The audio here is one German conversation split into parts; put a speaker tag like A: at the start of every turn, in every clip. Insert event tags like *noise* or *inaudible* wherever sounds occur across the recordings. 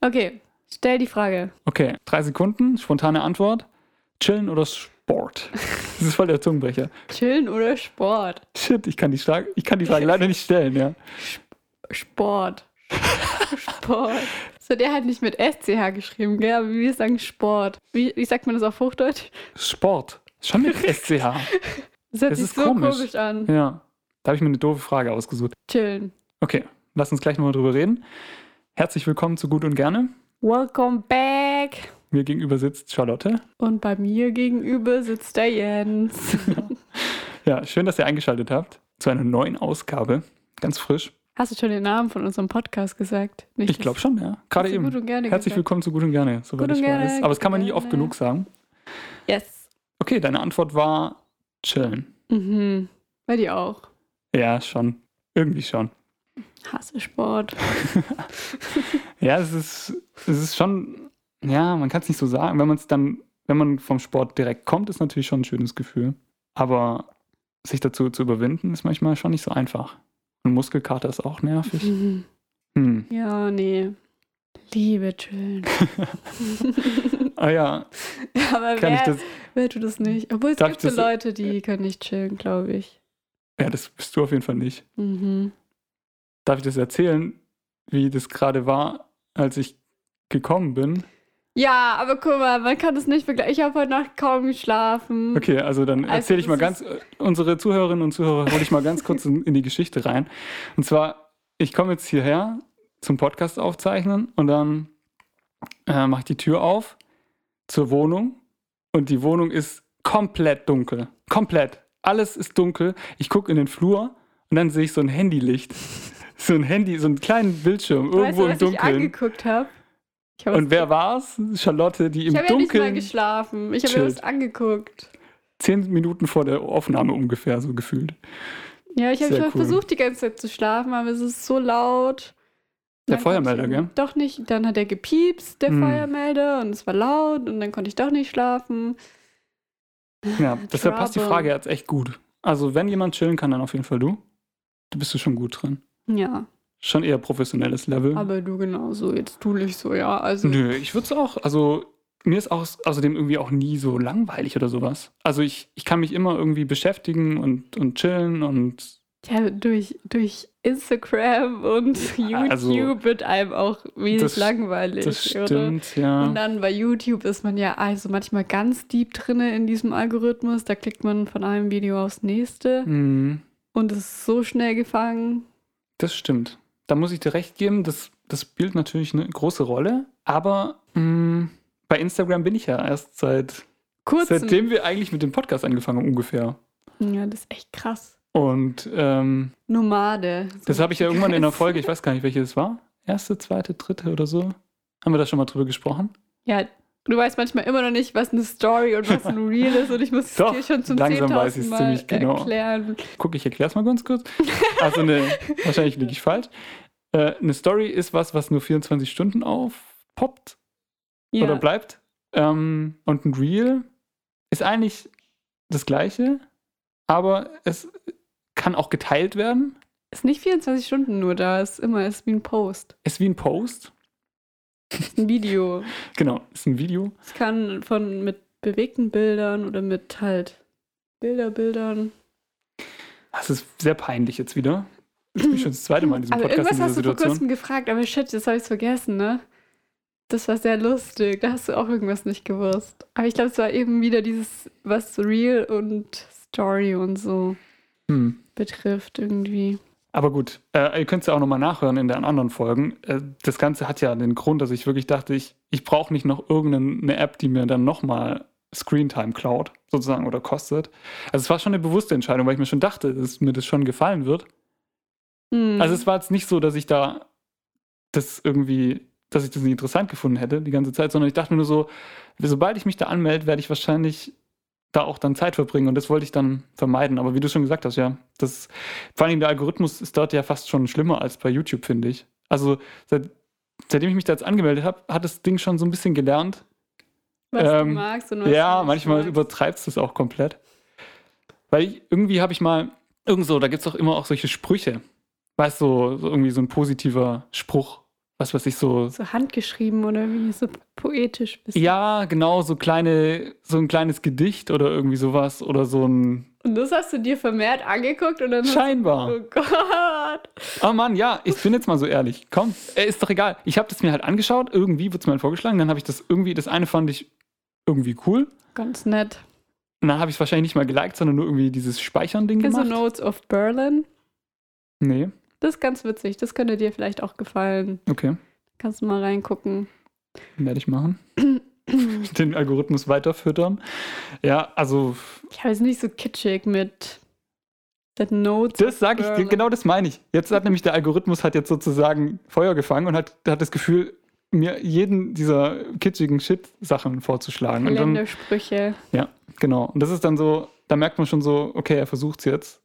A: Okay, stell die Frage.
B: Okay, drei Sekunden, spontane Antwort. Chillen
A: *laughs*
B: oder Sport? Das ist voll der Zungenbrecher.
A: Chillen oder Sport?
B: Shit, ich kann die, Schlag ich kann die Frage leider nicht stellen, ja.
A: Sport. *laughs* Sport. So, der hat nicht mit SCH geschrieben, gell? Aber wir sagen Sport. Wie, wie sagt man das auf Hochdeutsch?
B: Sport.
A: *laughs*
B: Schon mit SCH.
A: Das hört
B: Das
A: sich
B: ist
A: so
B: komisch.
A: komisch, an.
B: Ja. Da habe ich mir eine doofe Frage ausgesucht.
A: Chillen.
B: Okay, lass uns gleich nochmal drüber reden. Herzlich willkommen zu Gut und Gerne.
A: Welcome back.
B: Mir gegenüber sitzt Charlotte.
A: Und bei mir gegenüber sitzt der Jens. *laughs*
B: Ja, schön, dass ihr eingeschaltet habt zu einer neuen Ausgabe. Ganz frisch.
A: Hast du schon den Namen von unserem Podcast gesagt? Nicht,
B: Ich glaube
A: dass-
B: schon, ja. Gerade
A: Hast du
B: eben.
A: Gut und gerne
B: Herzlich
A: gesagt.
B: willkommen zu Gut und Gerne, soweit
A: Gut und
B: ich
A: Gerne,
B: weiß. Aber das kann man nie
A: Gut und
B: oft
A: Gerne.
B: genug sagen.
A: Yes.
B: Okay, deine Antwort war chillen.
A: Mhm. Bei dir auch.
B: Ja, schon. Irgendwie schon.
A: Hasse Sport.
B: Ja, es ist, es ist schon, ja, man kann es nicht so sagen. Wenn man es dann, wenn man vom Sport direkt kommt, ist natürlich schon ein schönes Gefühl. Aber sich dazu zu überwinden, ist manchmal schon nicht so einfach. Und Muskelkater ist auch nervig.
A: Mhm.
B: Hm.
A: Ja, nee. Liebe
B: *laughs*
A: chillen.
B: Ah ja,
A: *laughs* Aber
B: kann ich
A: wer,
B: das.
A: wer tut das nicht? Obwohl es
B: Darf
A: gibt
B: ich
A: so
B: das-
A: Leute, die können nicht chillen, glaube ich.
B: Ja, das bist du auf jeden Fall nicht.
A: Mhm.
B: Darf ich das erzählen, wie das gerade war, als ich gekommen bin?
A: Ja, aber guck mal, man kann das nicht vergleichen. Ich habe heute Nacht kaum geschlafen.
B: Okay, also dann
A: Also
B: erzähle ich mal
A: das
B: ganz, äh, unsere Zuhörerinnen und Zuhörer hole ich mal ganz kurz in, in die Geschichte rein. Und zwar, ich komme jetzt hierher zum Podcast aufzeichnen und dann äh, mache ich die Tür auf zur Wohnung und die Wohnung ist komplett dunkel. Komplett. Alles ist dunkel. Ich gucke in den Flur und dann sehe ich so ein Handylicht. *laughs* So ein Handy, so einen kleinen Bildschirm
A: weißt du,
B: irgendwo
A: was
B: im
A: ich
B: Dunkeln.
A: angeguckt habe? Ich habe
B: Und wer war's? Charlotte, die im
A: Ich habe ja nicht mal
B: Dunkeln
A: geschlafen. Ich habe mir
B: chillt.
A: was angeguckt.
B: zehn Minuten vor der Aufnahme ungefähr so gefühlt.
A: Ja, ich habe
B: Sehr
A: schon
B: cool.
A: versucht, die ganze Zeit zu schlafen, aber es ist so laut.
B: Der
A: Dann
B: Feuermelder,
A: konnte ich
B: gell?
A: Doch nicht. Dann hat er gepiepst, der
B: Hm.
A: Feuermelder, und es war laut und dann konnte ich doch nicht schlafen.
B: Ja,
A: *laughs*
B: deshalb passt die
A: Trouble.
B: Frage jetzt echt gut. Also, wenn jemand chillen kann, dann auf jeden Fall du. Da bist du schon gut drin.
A: Ja,
B: Schon eher professionelles Level.
A: aber du genauso. Jetzt tu ich so, ja. Also,
B: Nö, ich würde es auch. Also, mir ist auch außerdem irgendwie auch nie so langweilig oder sowas. Also, ich, ich kann mich immer irgendwie beschäftigen und, und chillen und.
A: ja, durch, durch Instagram und *laughs* YouTube
B: Also,
A: wird einem auch wenig
B: das-
A: langweilig,
B: Das
A: oder? Und
B: stimmt, ja.
A: dann bei YouTube ist man ja also manchmal ganz deep drinne in diesem Algorithmus. Da klickt man von einem Video aufs nächste
B: Mhm,
A: und es ist so schnell gefangen.
B: das stimmt. Da muss ich dir recht geben, das, das spielt natürlich eine große Rolle. Aber mh, bei Instagram bin ich ja erst seit.
A: Kurzem.
B: Seitdem wir eigentlich mit dem Podcast angefangen haben, ungefähr.
A: Ja, das ist echt krass.
B: Und ähm,
A: Nomade.
B: das habe ich ja irgendwann in der Folge, ich weiß gar nicht, welche das war. Erste, zweite, dritte oder so. Haben wir da schon mal drüber gesprochen?
A: Ja, du weißt manchmal immer noch nicht, was eine Story und was ein
B: *laughs*
A: Real ist und ich muss es
B: Doch,
A: dir schon zum
B: langsam weiß
A: 10.000
B: ich's
A: Mal
B: ziemlich genau.
A: erklären.
B: Guck, ich erkläre es mal ganz kurz. Also eine,
A: *laughs*
B: wahrscheinlich liege ich falsch. Äh, eine Story ist was, was nur 24 Stunden aufpoppt
A: Ja.
B: oder bleibt. Ähm, und ein Reel ist eigentlich das gleiche, aber es kann auch geteilt werden.
A: ist nicht 24 Stunden nur da, ist immer ist wie ein Post,
B: Ist wie ein Post.
A: ist ein Video.
B: Genau, ist ein Video.
A: Es kann von mit bewegten Bildern oder mit halt Bilderbildern.
B: Das Ah, ist sehr peinlich jetzt wieder. Ich bin schon das zweite Mal in diesem
A: Aber
B: Podcast in
A: irgendwas
B: dieser
A: hast du vor
B: Situation.
A: kurzem gefragt, aber shit, das habe ich vergessen, ne? Das war sehr lustig. Da hast du auch irgendwas nicht gewusst. Aber ich glaube, es war eben wieder dieses, was Real und Story und so
B: Hm.
A: betrifft irgendwie.
B: Aber gut, äh, ihr könnt es ja auch nochmal nachhören in den anderen Folgen. Äh, das Ganze hat ja den Grund, dass ich wirklich dachte, ich, ich brauche nicht noch irgendeine App, die mir dann nochmal Screentime klaut, sozusagen, oder kostet. Also es war schon eine bewusste Entscheidung, weil ich mir schon dachte, dass mir das schon gefallen wird.
A: Hm.
B: Also es war jetzt nicht so, dass ich da das irgendwie, dass ich das nicht interessant gefunden hätte die ganze Zeit, sondern ich dachte mir nur so, sobald ich mich da anmelde, werde ich wahrscheinlich da auch dann Zeit verbringen und das wollte ich dann vermeiden. Aber wie du schon gesagt hast, ja, das vor allem der Algorithmus ist dort ja fast schon schlimmer als bei YouTube, finde ich. Also seit, seitdem ich mich da jetzt angemeldet habe, hat das Ding schon so ein bisschen gelernt.
A: was du
B: ähm,
A: magst und was du
B: ja,
A: nicht
B: manchmal
A: magst.
B: übertreibst du es auch komplett. Weil ich, irgendwie habe ich mal, irgend so, da gibt es doch immer auch solche Sprüche. Weißt du, so, so irgendwie so ein positiver Spruch was weiß ich, so.
A: So handgeschrieben oder wie so poetisch bist.
B: Ja, genau, so kleine, so ein kleines Gedicht oder irgendwie sowas oder so ein.
A: Und das hast du dir vermehrt angeguckt und dann hast
B: Scheinbar.
A: du, oh Gott.
B: Oh Mann, ja, ich bin jetzt mal so ehrlich. Komm, äh, ist doch egal. Ich habe das mir halt angeschaut, irgendwie wurde es mir halt vorgeschlagen, dann habe ich das irgendwie, das eine fand ich irgendwie cool.
A: Ganz nett.
B: Und dann habe ich es wahrscheinlich nicht mal geliked, sondern nur irgendwie dieses Speichern-Ding
A: Kennst du
B: gemacht.
A: Notes of Berlin?
B: Nee,
A: Das ist ganz witzig. Das könnte dir vielleicht auch gefallen.
B: okay,
A: Kannst du mal reingucken.
B: werde ich machen. *clears throat* Den Algorithmus weiter füttern. Ja, also
A: Ich habe es nicht so kitschig mit That Notes.
B: Das sage ich,
A: Berlin.
B: genau das meine ich. Jetzt hat nämlich der Algorithmus hat jetzt sozusagen Feuer gefangen und hat, hat das Gefühl, mir jeden dieser kitschigen Shit-Sachen vorzuschlagen. Und dann,
A: Kalendersprüche.
B: genau. Und das ist dann so, da merkt man schon so, okay, er versucht's jetzt.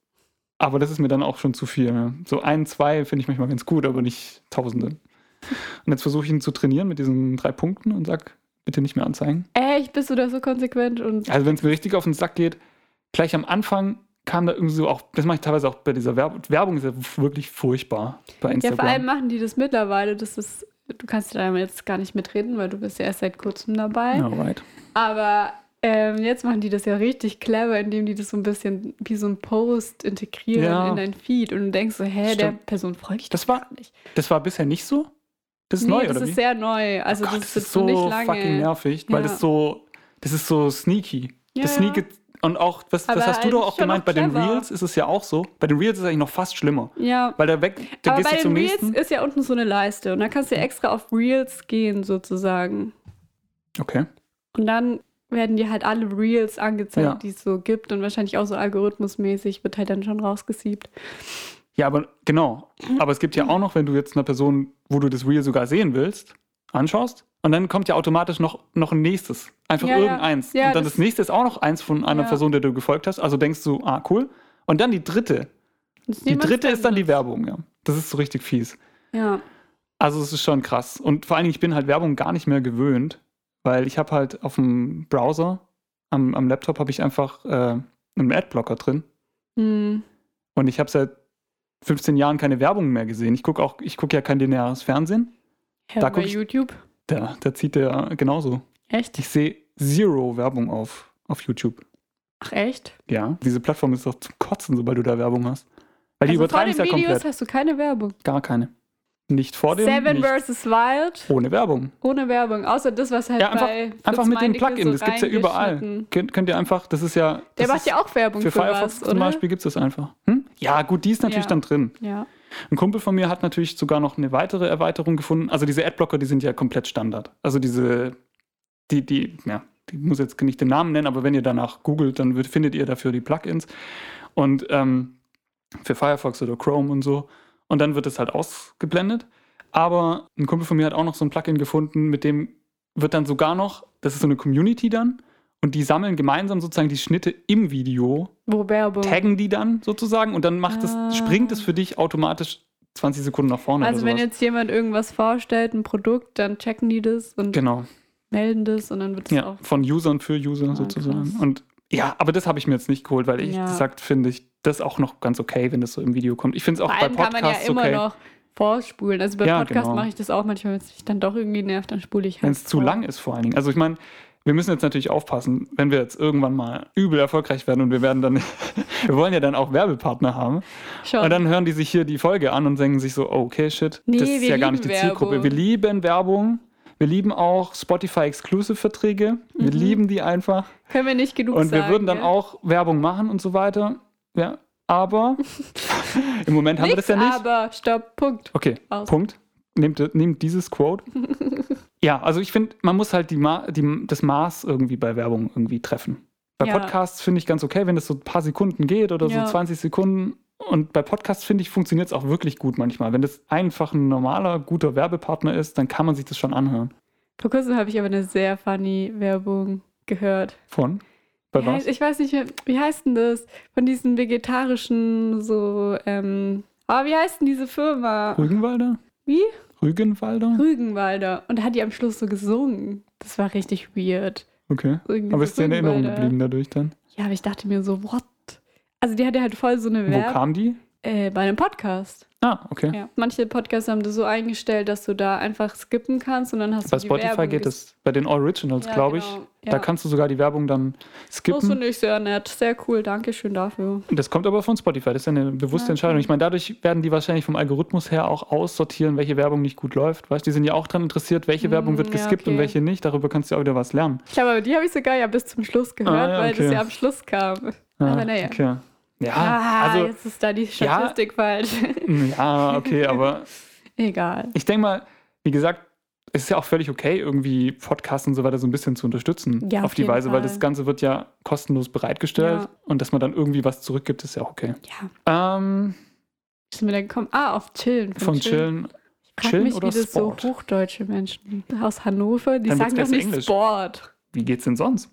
B: Aber das ist mir dann auch schon zu viel. Ne? So ein, zwei finde ich manchmal ganz gut, aber nicht Tausende. Und jetzt versuche ich ihn zu trainieren mit diesen drei Punkten und sag, bitte nicht mehr anzeigen.
A: Echt, bist du da so konsequent und
B: Also wenn es mir richtig auf den Sack geht, gleich am Anfang kam da irgendwie so auch, das mache ich teilweise auch bei dieser Werbung. Werbung ist ja wirklich furchtbar bei
A: Ja,
B: Instagram.
A: vor allem machen die das mittlerweile. Das ist, du kannst da jetzt gar nicht mitreden, weil du bist ja erst seit kurzem dabei.
B: Alright.
A: Aber ähm, jetzt machen die das ja richtig clever, indem die das so ein bisschen wie so ein Post integrieren
B: Ja.
A: in dein Feed und du denkst so, hä, der
B: Stimmt.
A: Person folge ich
B: Das
A: doch
B: war-
A: gar nicht.
B: Das war bisher nicht so? Das ist neu,
A: das
B: oder
A: ist
B: wie? Oh
A: sehr neu. Also
B: Gott,
A: das,
B: das
A: ist
B: so
A: nicht lange.
B: fucking nervig, weil
A: Ja.
B: das so, das ist so sneaky.
A: Ja,
B: das
A: ja.
B: sneaky und auch, das,
A: Aber
B: das hast du
A: halt
B: doch auch
A: schon
B: gemeint,
A: auch
B: bei den
A: clever.
B: Reels ist es ja auch so. Bei den Reels ist es eigentlich noch fast schlimmer.
A: Ja.
B: Weil da weg, da
A: Aber
B: gehst
A: bei
B: du zum
A: den Reels
B: nächsten.
A: ist ja unten so eine Leiste und dann kannst du ja extra auf Reels gehen sozusagen.
B: Okay.
A: Und dann werden dir halt alle Reels angezeigt,
B: Ja.
A: die es so gibt und wahrscheinlich auch so algorithmusmäßig wird halt dann schon rausgesiebt.
B: Ja, aber genau. Aber es gibt ja auch noch, wenn du jetzt einer Person, wo du das Reel sogar sehen willst, anschaust. Und dann kommt ja automatisch noch, noch ein nächstes. Einfach
A: Ja, ja.
B: irgendeins.
A: Ja,
B: und dann das,
A: das-
B: nächste ist auch noch eins von einer
A: Ja.
B: Person, der du gefolgt hast. Also denkst du, ah, cool. Und dann die dritte.
A: Und es ist
B: Die
A: niemand
B: dritte ist dann die
A: fremdes.
B: Werbung, ja. Das ist so richtig fies.
A: Ja,
B: Also es ist schon krass. Und vor allen Dingen, ich bin halt Werbung gar nicht mehr gewöhnt, weil ich habe halt auf dem Browser, am, am Laptop habe ich einfach äh, einen Adblocker drin.
A: hm.
B: Und ich habe seit 15 Jahren keine Werbung mehr gesehen. Ich gucke auch, ich gucke ja kein lineares Fernsehen.
A: Ja,
B: Da
A: bei
B: guck ich-
A: YouTube.
B: Da, da zieht der genauso.
A: Echt?
B: Ich sehe zero Werbung auf, auf YouTube.
A: Ach echt?
B: Ja. Diese Plattform ist doch zum Kotzen, sobald du da Werbung hast. Weil die
A: also vor
B: übertragen
A: den
B: es ja
A: Videos
B: komplett.
A: hast du keine Werbung.
B: Gar keine. Nicht vor dem.
A: Seven
B: nicht
A: vs. Wild
B: ohne Werbung.
A: ohne Werbung, außer das, was halt
B: Ja, einfach-
A: bei Fritz
B: Einfach mit dem
A: Meinecke
B: Plugin,
A: so
B: das gibt's ja überall.
A: reingeschnitten.
B: Könnt, könnt ihr einfach, das ist ja.
A: Der
B: das
A: macht
B: ist,
A: ja auch Werbung
B: Für
A: für,
B: Firefox
A: was,
B: zum
A: oder?
B: Beispiel gibt es das einfach. Hm? Ja, gut, die ist natürlich
A: Ja.
B: dann drin.
A: Ja.
B: Ein Kumpel von mir hat natürlich sogar noch eine weitere Erweiterung gefunden. Also diese Adblocker, die sind ja komplett Standard. Also diese, die, die, ja, die muss jetzt nicht den Namen nennen, aber wenn ihr danach googelt, dann wird, findet ihr dafür die Plugins. Und ähm, für Firefox oder Chrome und so. Und dann wird es halt ausgeblendet. Aber ein Kumpel von mir hat auch noch so ein Plugin gefunden, mit dem wird dann sogar noch, das ist so eine Community dann, und die sammeln gemeinsam sozusagen die Schnitte im Video
A: Wo Werbung?
B: taggen die dann sozusagen und dann macht es,
A: Ah.
B: springt es für dich automatisch 20 Sekunden nach vorne
A: also
B: oder
A: wenn
B: sowas.
A: jetzt jemand irgendwas vorstellt, ein Produkt, dann checken die das und
B: genau,
A: melden das und dann wird es
B: ja,
A: auch.
B: von Usern für User
A: Ah,
B: sozusagen.
A: krass.
B: Und ja, aber das habe ich mir jetzt nicht geholt, weil ich
A: Ja.
B: gesagt finde ich das auch noch ganz okay, wenn das so im Video kommt. Ich finde es auch
A: Vor
B: bei
A: allem kann man ja
B: Podcasts
A: immer
B: okay.
A: noch vorspulen. Also bei
B: Ja,
A: Podcasts
B: genau.
A: mache ich das auch manchmal, wenn es mich dann doch irgendwie nervt, dann spule ich halt.
B: Wenn es zu
A: vor.
B: lang ist vor allen Dingen. Also ich meine, wir müssen jetzt natürlich aufpassen, wenn wir jetzt irgendwann mal übel erfolgreich werden und wir werden dann, *laughs* wir wollen ja dann auch Werbepartner haben.
A: Schon.
B: Und dann hören die sich hier die Folge an und denken sich so, oh, okay, shit,
A: Nee,
B: das ist
A: wir
B: ja gar
A: lieben
B: nicht die Zielgruppe.
A: Werbung.
B: Wir lieben Werbung. Wir lieben auch Spotify-Exclusive-Verträge. Wir
A: Mhm.
B: lieben die einfach.
A: Können wir nicht genug
B: Und
A: sagen.
B: wir würden dann
A: gell?
B: auch Werbung machen und so weiter. Ja,
A: *laughs*
B: aber im Moment haben wir das
A: Nix,
B: ja nicht.
A: Aber stopp, Punkt.
B: Okay,
A: Aus.
B: Punkt. Nehmt, nehmt dieses
A: *laughs*
B: Quote. ja, also ich finde, man muss halt die Ma die, das Maß irgendwie bei Werbung irgendwie treffen. Bei
A: Ja.
B: Podcasts finde ich ganz okay, wenn das so ein paar Sekunden geht oder
A: Ja.
B: so 20 Sekunden. Und bei Podcasts finde ich, funktioniert es auch wirklich gut manchmal. Wenn das einfach ein normaler, guter Werbepartner ist, dann kann man sich das schon anhören.
A: Vor kurzem habe ich aber eine sehr funny Werbung gehört.
B: Von? Bei
A: Wie
B: was?
A: heißt, ich weiß nicht mehr, wie heißt denn das? Von diesen vegetarischen, so, ähm, ah, wie heißt denn diese Firma?
B: Rügenwalder?
A: Wie?
B: Rügenwalder?
A: Rügenwalder. Und da hat die am Schluss so gesungen. Das war richtig weird.
B: Okay.
A: Irgendwie
B: Aber
A: so
B: ist dir in Erinnerung
A: Rügenwalder.
B: geblieben dadurch dann?
A: Ja, aber ich dachte mir so, what? Also die hatte halt voll so eine
B: Wo
A: Werbung.
B: kam die?
A: Äh, bei einem Podcast.
B: Ah, okay.
A: Ja. Manche Podcasts haben das so eingestellt, dass du da einfach skippen kannst und dann hast
B: Bei
A: du die
B: Spotify
A: Werbung
B: geht
A: ges-
B: es, bei den Originals,
A: Ja,
B: glaube ich.
A: genau.
B: Da
A: Ja.
B: kannst du sogar die Werbung dann
A: Das
B: skippen.
A: finde ich sehr nett. Sehr cool. Dankeschön dafür.
B: Das kommt aber von Spotify, das ist ja eine bewusste
A: Ja,
B: Entscheidung. Ich meine, dadurch werden die wahrscheinlich vom Algorithmus her auch aussortieren, welche Werbung nicht gut läuft. Weißt du, die sind ja auch daran interessiert, welche
A: Hm,
B: Werbung wird
A: ja,
B: geskippt und
A: okay.
B: welche nicht. Darüber kannst du ja auch wieder was lernen.
A: Ich glaube, aber die habe ich sogar ja bis zum Schluss gehört,
B: Ah, ja,
A: weil das
B: okay.
A: ja am Schluss kam.
B: Ah,
A: aber naja.
B: Okay. Ja,
A: Ah,
B: also, hm,
A: jetzt ist da die Statistik falsch. *laughs*
B: ja, okay, aber
A: Egal.
B: ich denke mal, wie gesagt, es ist ja auch völlig okay, irgendwie Podcasts und so weiter so ein bisschen zu unterstützen.
A: Ja,
B: auf
A: auf
B: die
A: jeden
B: Weise,
A: Fall.
B: weil das Ganze wird ja kostenlos bereitgestellt
A: Ja.
B: und dass man dann irgendwie was zurückgibt, ist ja auch okay.
A: Ja,
B: Ähm,
A: wie sind wir da gekommen? Ah, auf Chillen.
B: vom Chillen.
A: Ich frag
B: Chillen
A: mich,
B: oder
A: wie das
B: Sport?
A: so hochdeutsche Menschen aus Hannover, die
B: Dann wird's
A: sagen doch
B: besser
A: nicht
B: Englisch.
A: Sport.
B: Wie geht's denn sonst?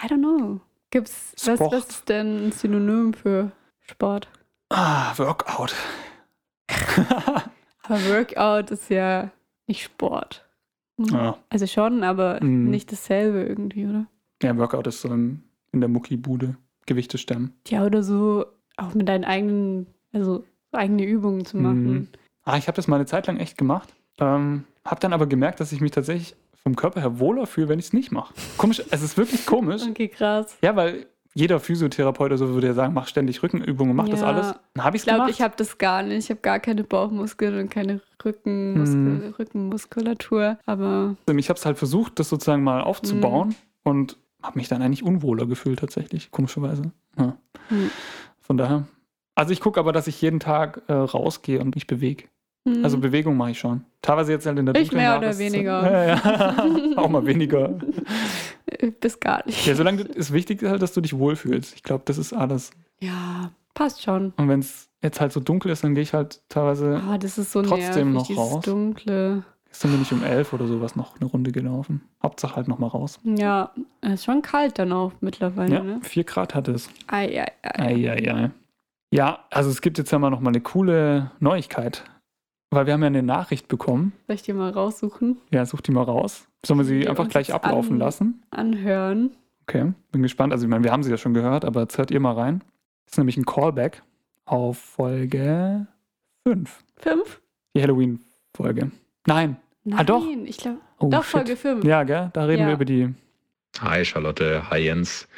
A: I don't know. Gibt's, was,
B: Sport.
A: was ist denn ein Synonym für Sport?
B: Ah, Workout.
A: Aber Workout ist ja nicht Sport. Hm.
B: Ja.
A: Also schon, aber
B: Mhm.
A: nicht dasselbe irgendwie, oder?
B: ja, Workout ist so in, in der Muckibude. Gewichte stemmen.
A: Ja, oder so auch mit deinen eigenen, also eigene Übungen zu machen.
B: Ah, ich habe das mal eine Zeit lang echt gemacht. Ähm, habe dann aber gemerkt, dass ich mich tatsächlich vom Körper her wohler fühle, wenn ich es nicht mache. Komisch, es ist wirklich
A: *laughs*
B: komisch.
A: Okay, krass.
B: Ja, weil jeder Physiotherapeut oder so würde ja sagen, mach ständig Rückenübungen, mach das
A: Ja.
B: alles. Dann habe ich
A: Ich
B: es
A: glaube,
B: gemacht.
A: ich habe das gar nicht. Ich habe gar keine Bauchmuskeln und keine
B: Mhm.
A: Rückenmuskel Rückenmuskulatur. Aber
B: ich habe es halt versucht, das sozusagen mal
A: Mhm.
B: aufzubauen und habe mich dann eigentlich unwohler gefühlt tatsächlich, komischerweise. Ja.
A: Hm.
B: Von daher. Also ich gucke aber, dass ich jeden Tag äh, rausgehe und mich bewege.
A: hm,
B: Also Bewegung mache ich schon. Teilweise jetzt halt in der
A: Ich
B: dunklen
A: mehr oder
B: Jahreszeit.
A: weniger.
B: *laughs* Ja,
A: *laughs*
B: ja. Auch mal weniger.
A: bis gar nicht.
B: Ja, solange es wichtig ist halt, dass du dich wohlfühlst. Ich glaube, das ist alles.
A: Ja, passt schon.
B: Und wenn es jetzt halt so dunkel ist, dann gehe ich halt teilweise
A: Ah, das ist so
B: Trotzdem
A: nervig,
B: noch
A: dieses
B: raus.
A: dunkle.
B: Gestern bin ich um elf oder sowas noch eine Runde gelaufen. Hauptsache halt nochmal raus.
A: Ja, ist schon kalt dann auch mittlerweile,
B: Ja,
A: ne?
B: vier Grad hatte es.
A: Ei, ei, ei.
B: Eieiei. Ja, also es gibt jetzt ja mal nochmal eine coole Neuigkeit. Weil wir haben ja eine Nachricht bekommen.
A: Soll ich dir mal raussuchen,
B: Ja, such die mal raus. Sollen wir sie
A: Die
B: einfach
A: uns
B: gleich
A: jetzt
B: ablaufen
A: an-
B: lassen?
A: anhören?
B: Okay, bin gespannt. Also ich meine, wir haben sie ja schon gehört, aber jetzt hört ihr mal rein. Das ist nämlich ein Callback auf Folge 5.
A: Fünf?
B: Die Halloween-Folge. Nein.
A: Nein,
B: Ah, doch.
A: ich glaube,
B: Oh,
A: doch
B: shit.
A: Folge fünf.
B: Ja, gell? Da reden
A: Ja.
B: wir über die
C: Hi Charlotte, hi Jens.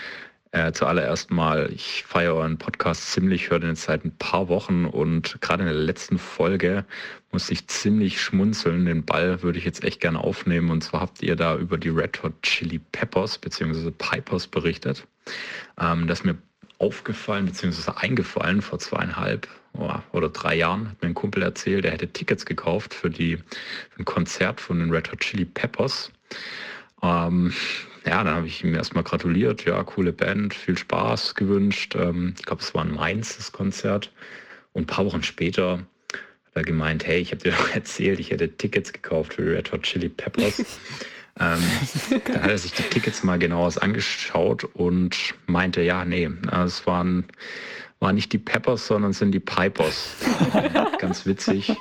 C: Äh, zuallererst mal, ich feiere euren Podcast ziemlich, höre den jetzt seit ein paar Wochen und gerade in der letzten Folge musste ich ziemlich schmunzeln. Den Ball würde ich jetzt echt gerne aufnehmen und zwar habt ihr da über die Red Hot Chili Peppers bzw. Pipers berichtet. Ähm, das ist mir aufgefallen bzw. eingefallen vor zweieinhalb oh, oder drei Jahren hat mir ein Kumpel erzählt, er hätte Tickets gekauft für, die, für ein Konzert von den Red Hot Chili Peppers. Ähm, ja, dann habe ich ihm erstmal gratuliert. Ja, coole Band, viel Spaß gewünscht. Ähm, ich glaube, es war in Mainz das Konzert. Und ein paar Wochen später hat er gemeint, hey, ich habe dir *laughs* doch erzählt, ich hätte Tickets gekauft für die Red Hot Chili Peppers. ähm, dann hat er sich die Tickets mal genauer angeschaut und meinte, ja, nee, äh, es waren, waren nicht die Peppers, sondern es sind die Pipers. Ganz witzig.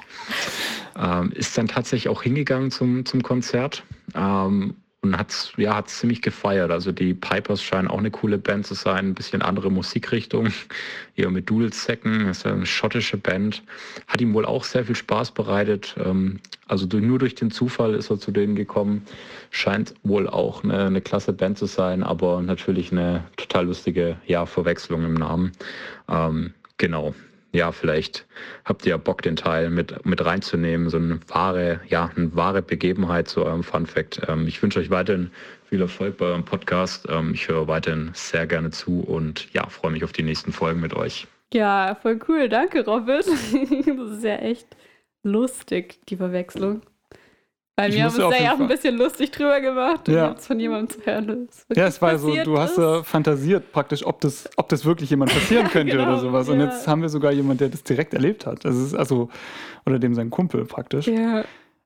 C: Ähm, ist dann tatsächlich auch hingegangen zum, zum Konzert ähm, und hat ja, hat's ziemlich gefeiert. Also die Pipers scheinen auch eine coole Band zu sein, ein bisschen andere Musikrichtung. *laughs* Eher mit Dudelsäcken, ist ja eine schottische Band. Hat ihm wohl auch sehr viel Spaß bereitet. Ähm, also durch, nur durch den Zufall ist er zu denen gekommen. Scheint wohl auch eine, eine klasse Band zu sein, aber natürlich eine total lustige ja, Verwechslung im Namen. Ähm, genau. Ja, vielleicht habt ihr ja Bock, den Teil mit, mit reinzunehmen. So eine wahre, ja, eine wahre Begebenheit zu eurem Fun Fact. Ähm, ich wünsche euch weiterhin viel Erfolg bei eurem Podcast. Ähm, ich höre weiterhin sehr gerne zu und ja, freue mich auf die nächsten Folgen mit euch.
A: Ja, voll cool. Danke, Robin. *laughs* Das ist ja echt lustig, die Verwechslung. Bei
B: Ich
A: mir haben
B: muss
A: wir
B: auf
A: uns da
B: jeden
A: ja auch
B: Fall-
A: ein bisschen lustig drüber gemacht. Und
B: Ja.
A: jetzt von jemandem zu hören. dass es
B: Ja, es war so,
A: wirklich
B: du hast
A: passiert
B: ja fantasiert praktisch, ob das, ob das wirklich jemand
A: *laughs*
B: passieren könnte
A: genau,
B: oder sowas. Und
A: ja.
B: jetzt haben wir sogar jemand, der das direkt erlebt hat. Das ist also, oder dem sein Kumpel praktisch.
A: ist. Ja,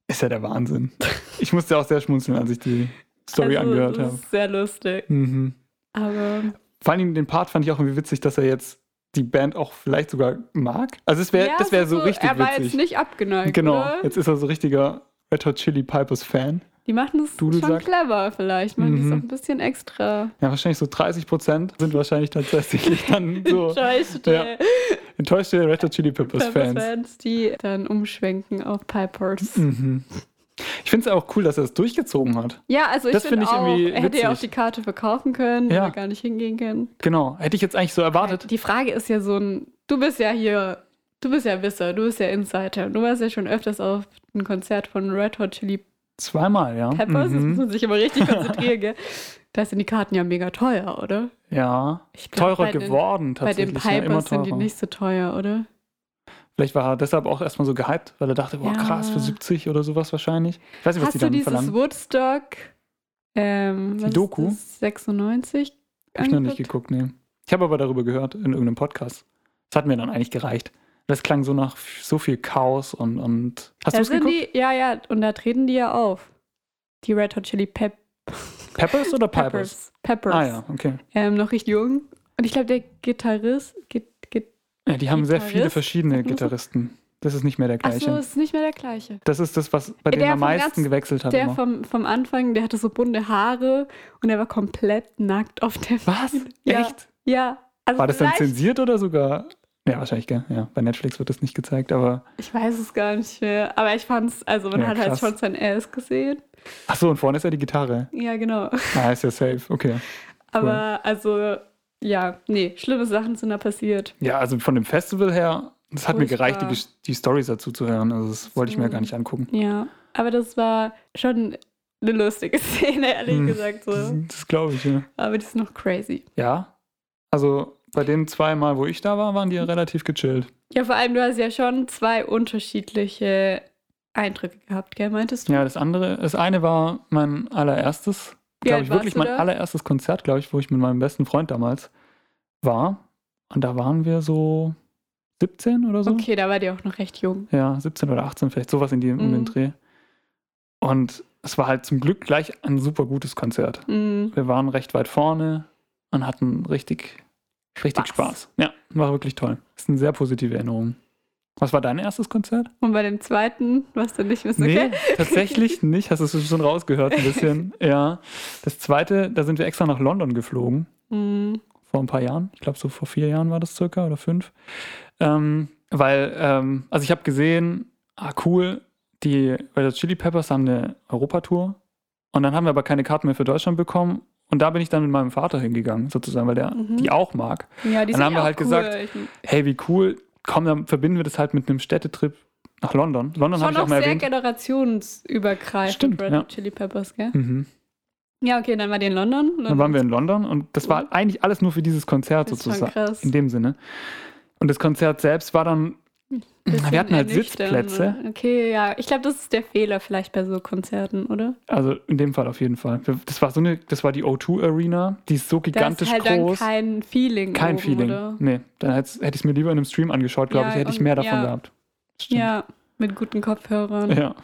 B: Ist ja der Wahnsinn. Ich musste auch sehr schmunzeln, als ich die Story
A: also,
B: angehört
A: das
B: habe.
A: ist sehr lustig.
B: Mhm.
A: Aber
B: Vor allem den Part fand ich auch irgendwie witzig, dass er jetzt die Band auch vielleicht sogar mag. Also es wäre,
A: Ja,
B: das wäre
A: ist
B: so, richtig
A: Er war jetzt
B: witzig.
A: nicht abgeneigt.
B: genau,
A: Oder?
B: jetzt ist er so richtiger Red Hot Chili Pipers Fan.
A: Die machen das
B: Dudelsack.
A: schon clever vielleicht. Man die
B: Mhm.
A: ist auch ein bisschen extra.
B: *laughs*
A: *laughs*
B: Ja, wahrscheinlich so 30 Prozent sind wahrscheinlich tatsächlich dann so.
A: Scheiße.
B: Ja. Enttäuschte Red Hot Chili Peppers Fans.
A: Fans, die dann umschwenken auf Pipers.
B: Mhm. Ich finde es auch cool, dass er es durchgezogen hat.
A: Ja, also ich
B: Das
A: finde
B: finde ich
A: auch,
B: irgendwie
A: er hätte ja auch die
B: witzig.
A: Karte verkaufen können
B: Ja.
A: oder gar nicht hingehen können.
B: Genau. Hätte ich jetzt eigentlich so erwartet.
A: Die Frage ist ja so ein, du bist ja hier, du bist ja Wisser, du bist ja Insider. Du warst ja schon öfters auf ein Konzert von Red Hot Chili
B: Zweimal, ja.
A: Peppers. Das muss
B: Mhm.
A: man sich immer richtig konzentrieren, gell? Da sind die Karten ja mega teuer, oder?
B: Ja.
A: Ich glaub,
B: Teurer
A: bei den-
B: geworden
A: Bei den
B: tatsächlich. ja, immer
A: Pipers
B: teurer.
A: sind die nicht so teuer, oder?
B: Vielleicht war er deshalb auch erstmal so gehypt, weil er dachte, boah,
A: Ja.
B: krass, für 70 oder sowas wahrscheinlich. Ich weiß nicht, was
A: Hast
B: die
A: du
B: dann
A: dieses
B: verlangen.
A: Woodstock? Ähm, was ist
B: Doku?
A: das, 96?
B: Hab ich noch nicht
A: angeguckt?
B: geguckt, nee. Ich habe aber darüber gehört in irgendeinem Podcast. Das hat mir dann eigentlich gereicht. Das klang so nach f- so viel Chaos und. und hast
A: Da
B: du es
A: sind
B: geguckt?
A: die, ja, ja, und da treten die ja auf. Die Red Hot Chili Pep
B: Peppers oder Pipers?
A: Peppers. Peppers.
B: Ah ja, okay.
A: ähm, noch recht jung. Und ich glaube, der Gitarrist. Git, Git,
B: Ja, die haben sehr viele
A: Gitarrist? *laughs*
B: verschiedene
A: Sagt man so?
B: Gitarristen. Das ist nicht mehr der gleiche.
A: achso, ist nicht mehr der gleiche.
B: das ist das, was bei
A: Der
B: dem
A: vom
B: am meisten
A: Herz-
B: gewechselt hat.
A: Der
B: immer.
A: vom, vom Anfang, der hatte so bunte Haare und er war komplett nackt auf der
B: Was?
A: Ja.
B: Echt?
A: Ja. Also
B: War das dann
A: vielleicht-
B: zensiert oder sogar? Ja, wahrscheinlich, gell? Ja, bei Netflix wird das nicht gezeigt, aber.
A: Ich weiß es gar nicht mehr. Aber ich fand's, also man
B: Ja,
A: hat
B: krass.
A: halt schon sein Ass gesehen.
B: Ach so, und vorne ist ja die Gitarre.
A: Ja, genau. *laughs*
B: Ah, ist ja safe, okay.
A: Aber also, ja, nee, schlimme Sachen sind da passiert.
B: Ja, also von dem Festival her, das hat mir
A: Furchtbar. Mhm.
B: gereicht, die, Gesch- die Stories dazu zu hören. Also das wollte ich mir
A: So.
B: gar nicht angucken.
A: Ja. Aber das war schon eine lustige *laughs* Szene, ehrlich
B: Hm.
A: gesagt.
B: Das,
A: So.
B: das glaube ich, ja.
A: Aber die ist noch crazy.
B: Ja. Also bei den zweimal, wo ich da war, waren die ja relativ gechillt.
A: Ja, vor allem, du hast ja schon zwei unterschiedliche Eindrücke gehabt, gell, meintest du?
B: Ja, das andere, das eine war mein allererstes,
A: Wie
B: glaube
A: alt
B: ich,
A: warst
B: wirklich
A: du
B: mein
A: da?
B: allererstes Konzert, glaube ich, wo ich mit meinem besten Freund damals war. Und da waren wir so 17 oder so.
A: Okay, da war die auch noch recht jung.
B: Ja, 17 oder 18 vielleicht, sowas in die, um
A: Mhm.
B: den Dreh. Und es war halt zum Glück gleich ein super gutes Konzert.
A: Mhm.
B: Wir waren recht weit vorne und hatten richtig, richtig
A: Spaß.
B: Spaß. Ja, war wirklich toll. Ist eine sehr positive Erinnerung. Was war dein erstes Konzert?
A: Und bei dem zweiten, was du nicht wissen
B: Nee,
A: *laughs*
B: tatsächlich nicht. Hast du es schon rausgehört ein bisschen? Ja. Das zweite, da sind wir extra nach London geflogen
A: Mhm.
B: vor ein paar Jahren. Ich glaube, so vor vier Jahren war das circa oder fünf. Ähm, weil, ähm, also ich habe gesehen, ah cool, die Red Hot Chili Peppers haben eine Europatour und dann haben wir aber keine Karten mehr für Deutschland bekommen. Und da bin ich dann mit meinem Vater hingegangen, sozusagen, weil der
A: Mhm.
B: die auch mag.
A: Ja, die
B: Dann
A: sind
B: haben
A: ja
B: wir
A: auch
B: halt
A: cool.
B: gesagt,
A: Ich-
B: Hey, wie cool. Komm, dann verbinden wir das halt mit einem Städtetrip nach London. London habe
A: Schon
B: ich auch
A: auch
B: mal
A: sehr
B: erwähnt.
A: generationsübergreifend,
B: Stimmt,
A: Red
B: ja.
A: Hot Chili Peppers, gell?
B: Mhm.
A: Ja, okay, dann war die in London.
B: Dann waren wir in London und das war eigentlich alles nur für dieses Konzert
A: Das ist schon
B: sozusagen.
A: krass.
B: In dem Sinne. Und das Konzert selbst war dann
A: Bisschen
B: Wir hatten halt
A: ernüchternd.
B: Sitzplätze.
A: Okay, ja. Ich glaube, das ist der Fehler vielleicht bei so Konzerten, oder?
B: Also in dem Fall auf jeden Fall. Wir- Das war so eine, das war die O2 Arena, die ist so gigantisch
A: da ist halt
B: groß.
A: dann kein Feeling.
B: kein
A: oben,
B: Feeling.
A: Oder?
B: Nee, dann hätte ich es mir lieber in einem Stream angeschaut, glaube
A: Ja,
B: ich, hätte ich
A: und-
B: mehr davon
A: ja. Mhm.
B: gehabt. Stimmt.
A: Ja, mit guten Kopfhörern.
B: ja.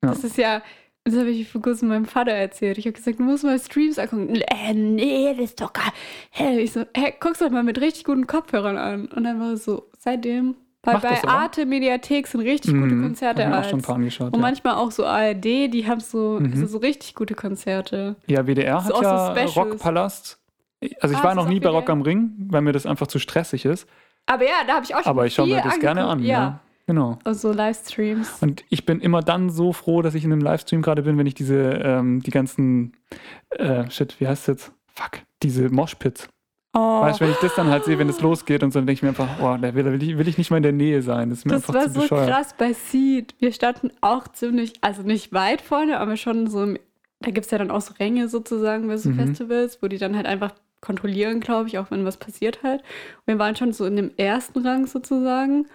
A: Das ist ja, das habe ich vor kurzem meinem Vater erzählt. Ich habe gesagt, du musst mal Streams angucken. Äh, nee, das ist doch gar. Hä? Ich so, hä, guck's doch mal mit richtig guten Kopfhörern an. Und dann war es so, seitdem. Weil
B: Macht
A: bei
B: das aber?
A: Arte Mediathek sind richtig gute
B: Mhm.
A: Konzerte
B: Hab mir auch
A: als-
B: schon ein paar angeschaut.
A: Und
B: Ja.
A: manchmal auch so ARD, die haben so,
B: Mhm.
A: also so richtig gute Konzerte.
B: ja, WDR
A: So
B: hat ja
A: auch so Specials.
B: Rockpalast. Also ich
A: Ah,
B: war
A: ist
B: noch
A: das
B: nie
A: auch
B: bei
A: wieder?
B: Rock am Ring, weil mir das einfach zu stressig ist.
A: Aber ja, da habe ich auch schon
B: Aber ich schaue mir
A: viel
B: das gerne an.
A: angeguckt.
B: Ja. Genau.
A: Und so Livestreams.
B: Und ich bin immer dann so froh, dass ich in einem Livestream gerade bin, wenn ich diese, ähm, die ganzen, äh, shit, wie heißt es jetzt? Fuck, diese Moshpits.
A: Oh,
B: Weißt du, wenn ich das dann halt sehe, wenn es losgeht und so, dann denke ich mir einfach, oh, da will, da will, ich, will ich nicht mal in der Nähe sein. Das ist mir
A: das
B: einfach
A: war
B: zu
A: so
B: bescheuert.
A: krass bei Seed. Wir standen auch ziemlich, also nicht weit vorne, aber schon so im, da gibt es ja dann auch so Ränge sozusagen bei so
B: Mhm.
A: Festivals, wo die dann halt einfach kontrollieren, glaube ich, auch wenn was passiert halt. Und wir waren schon so in dem ersten Rang sozusagen,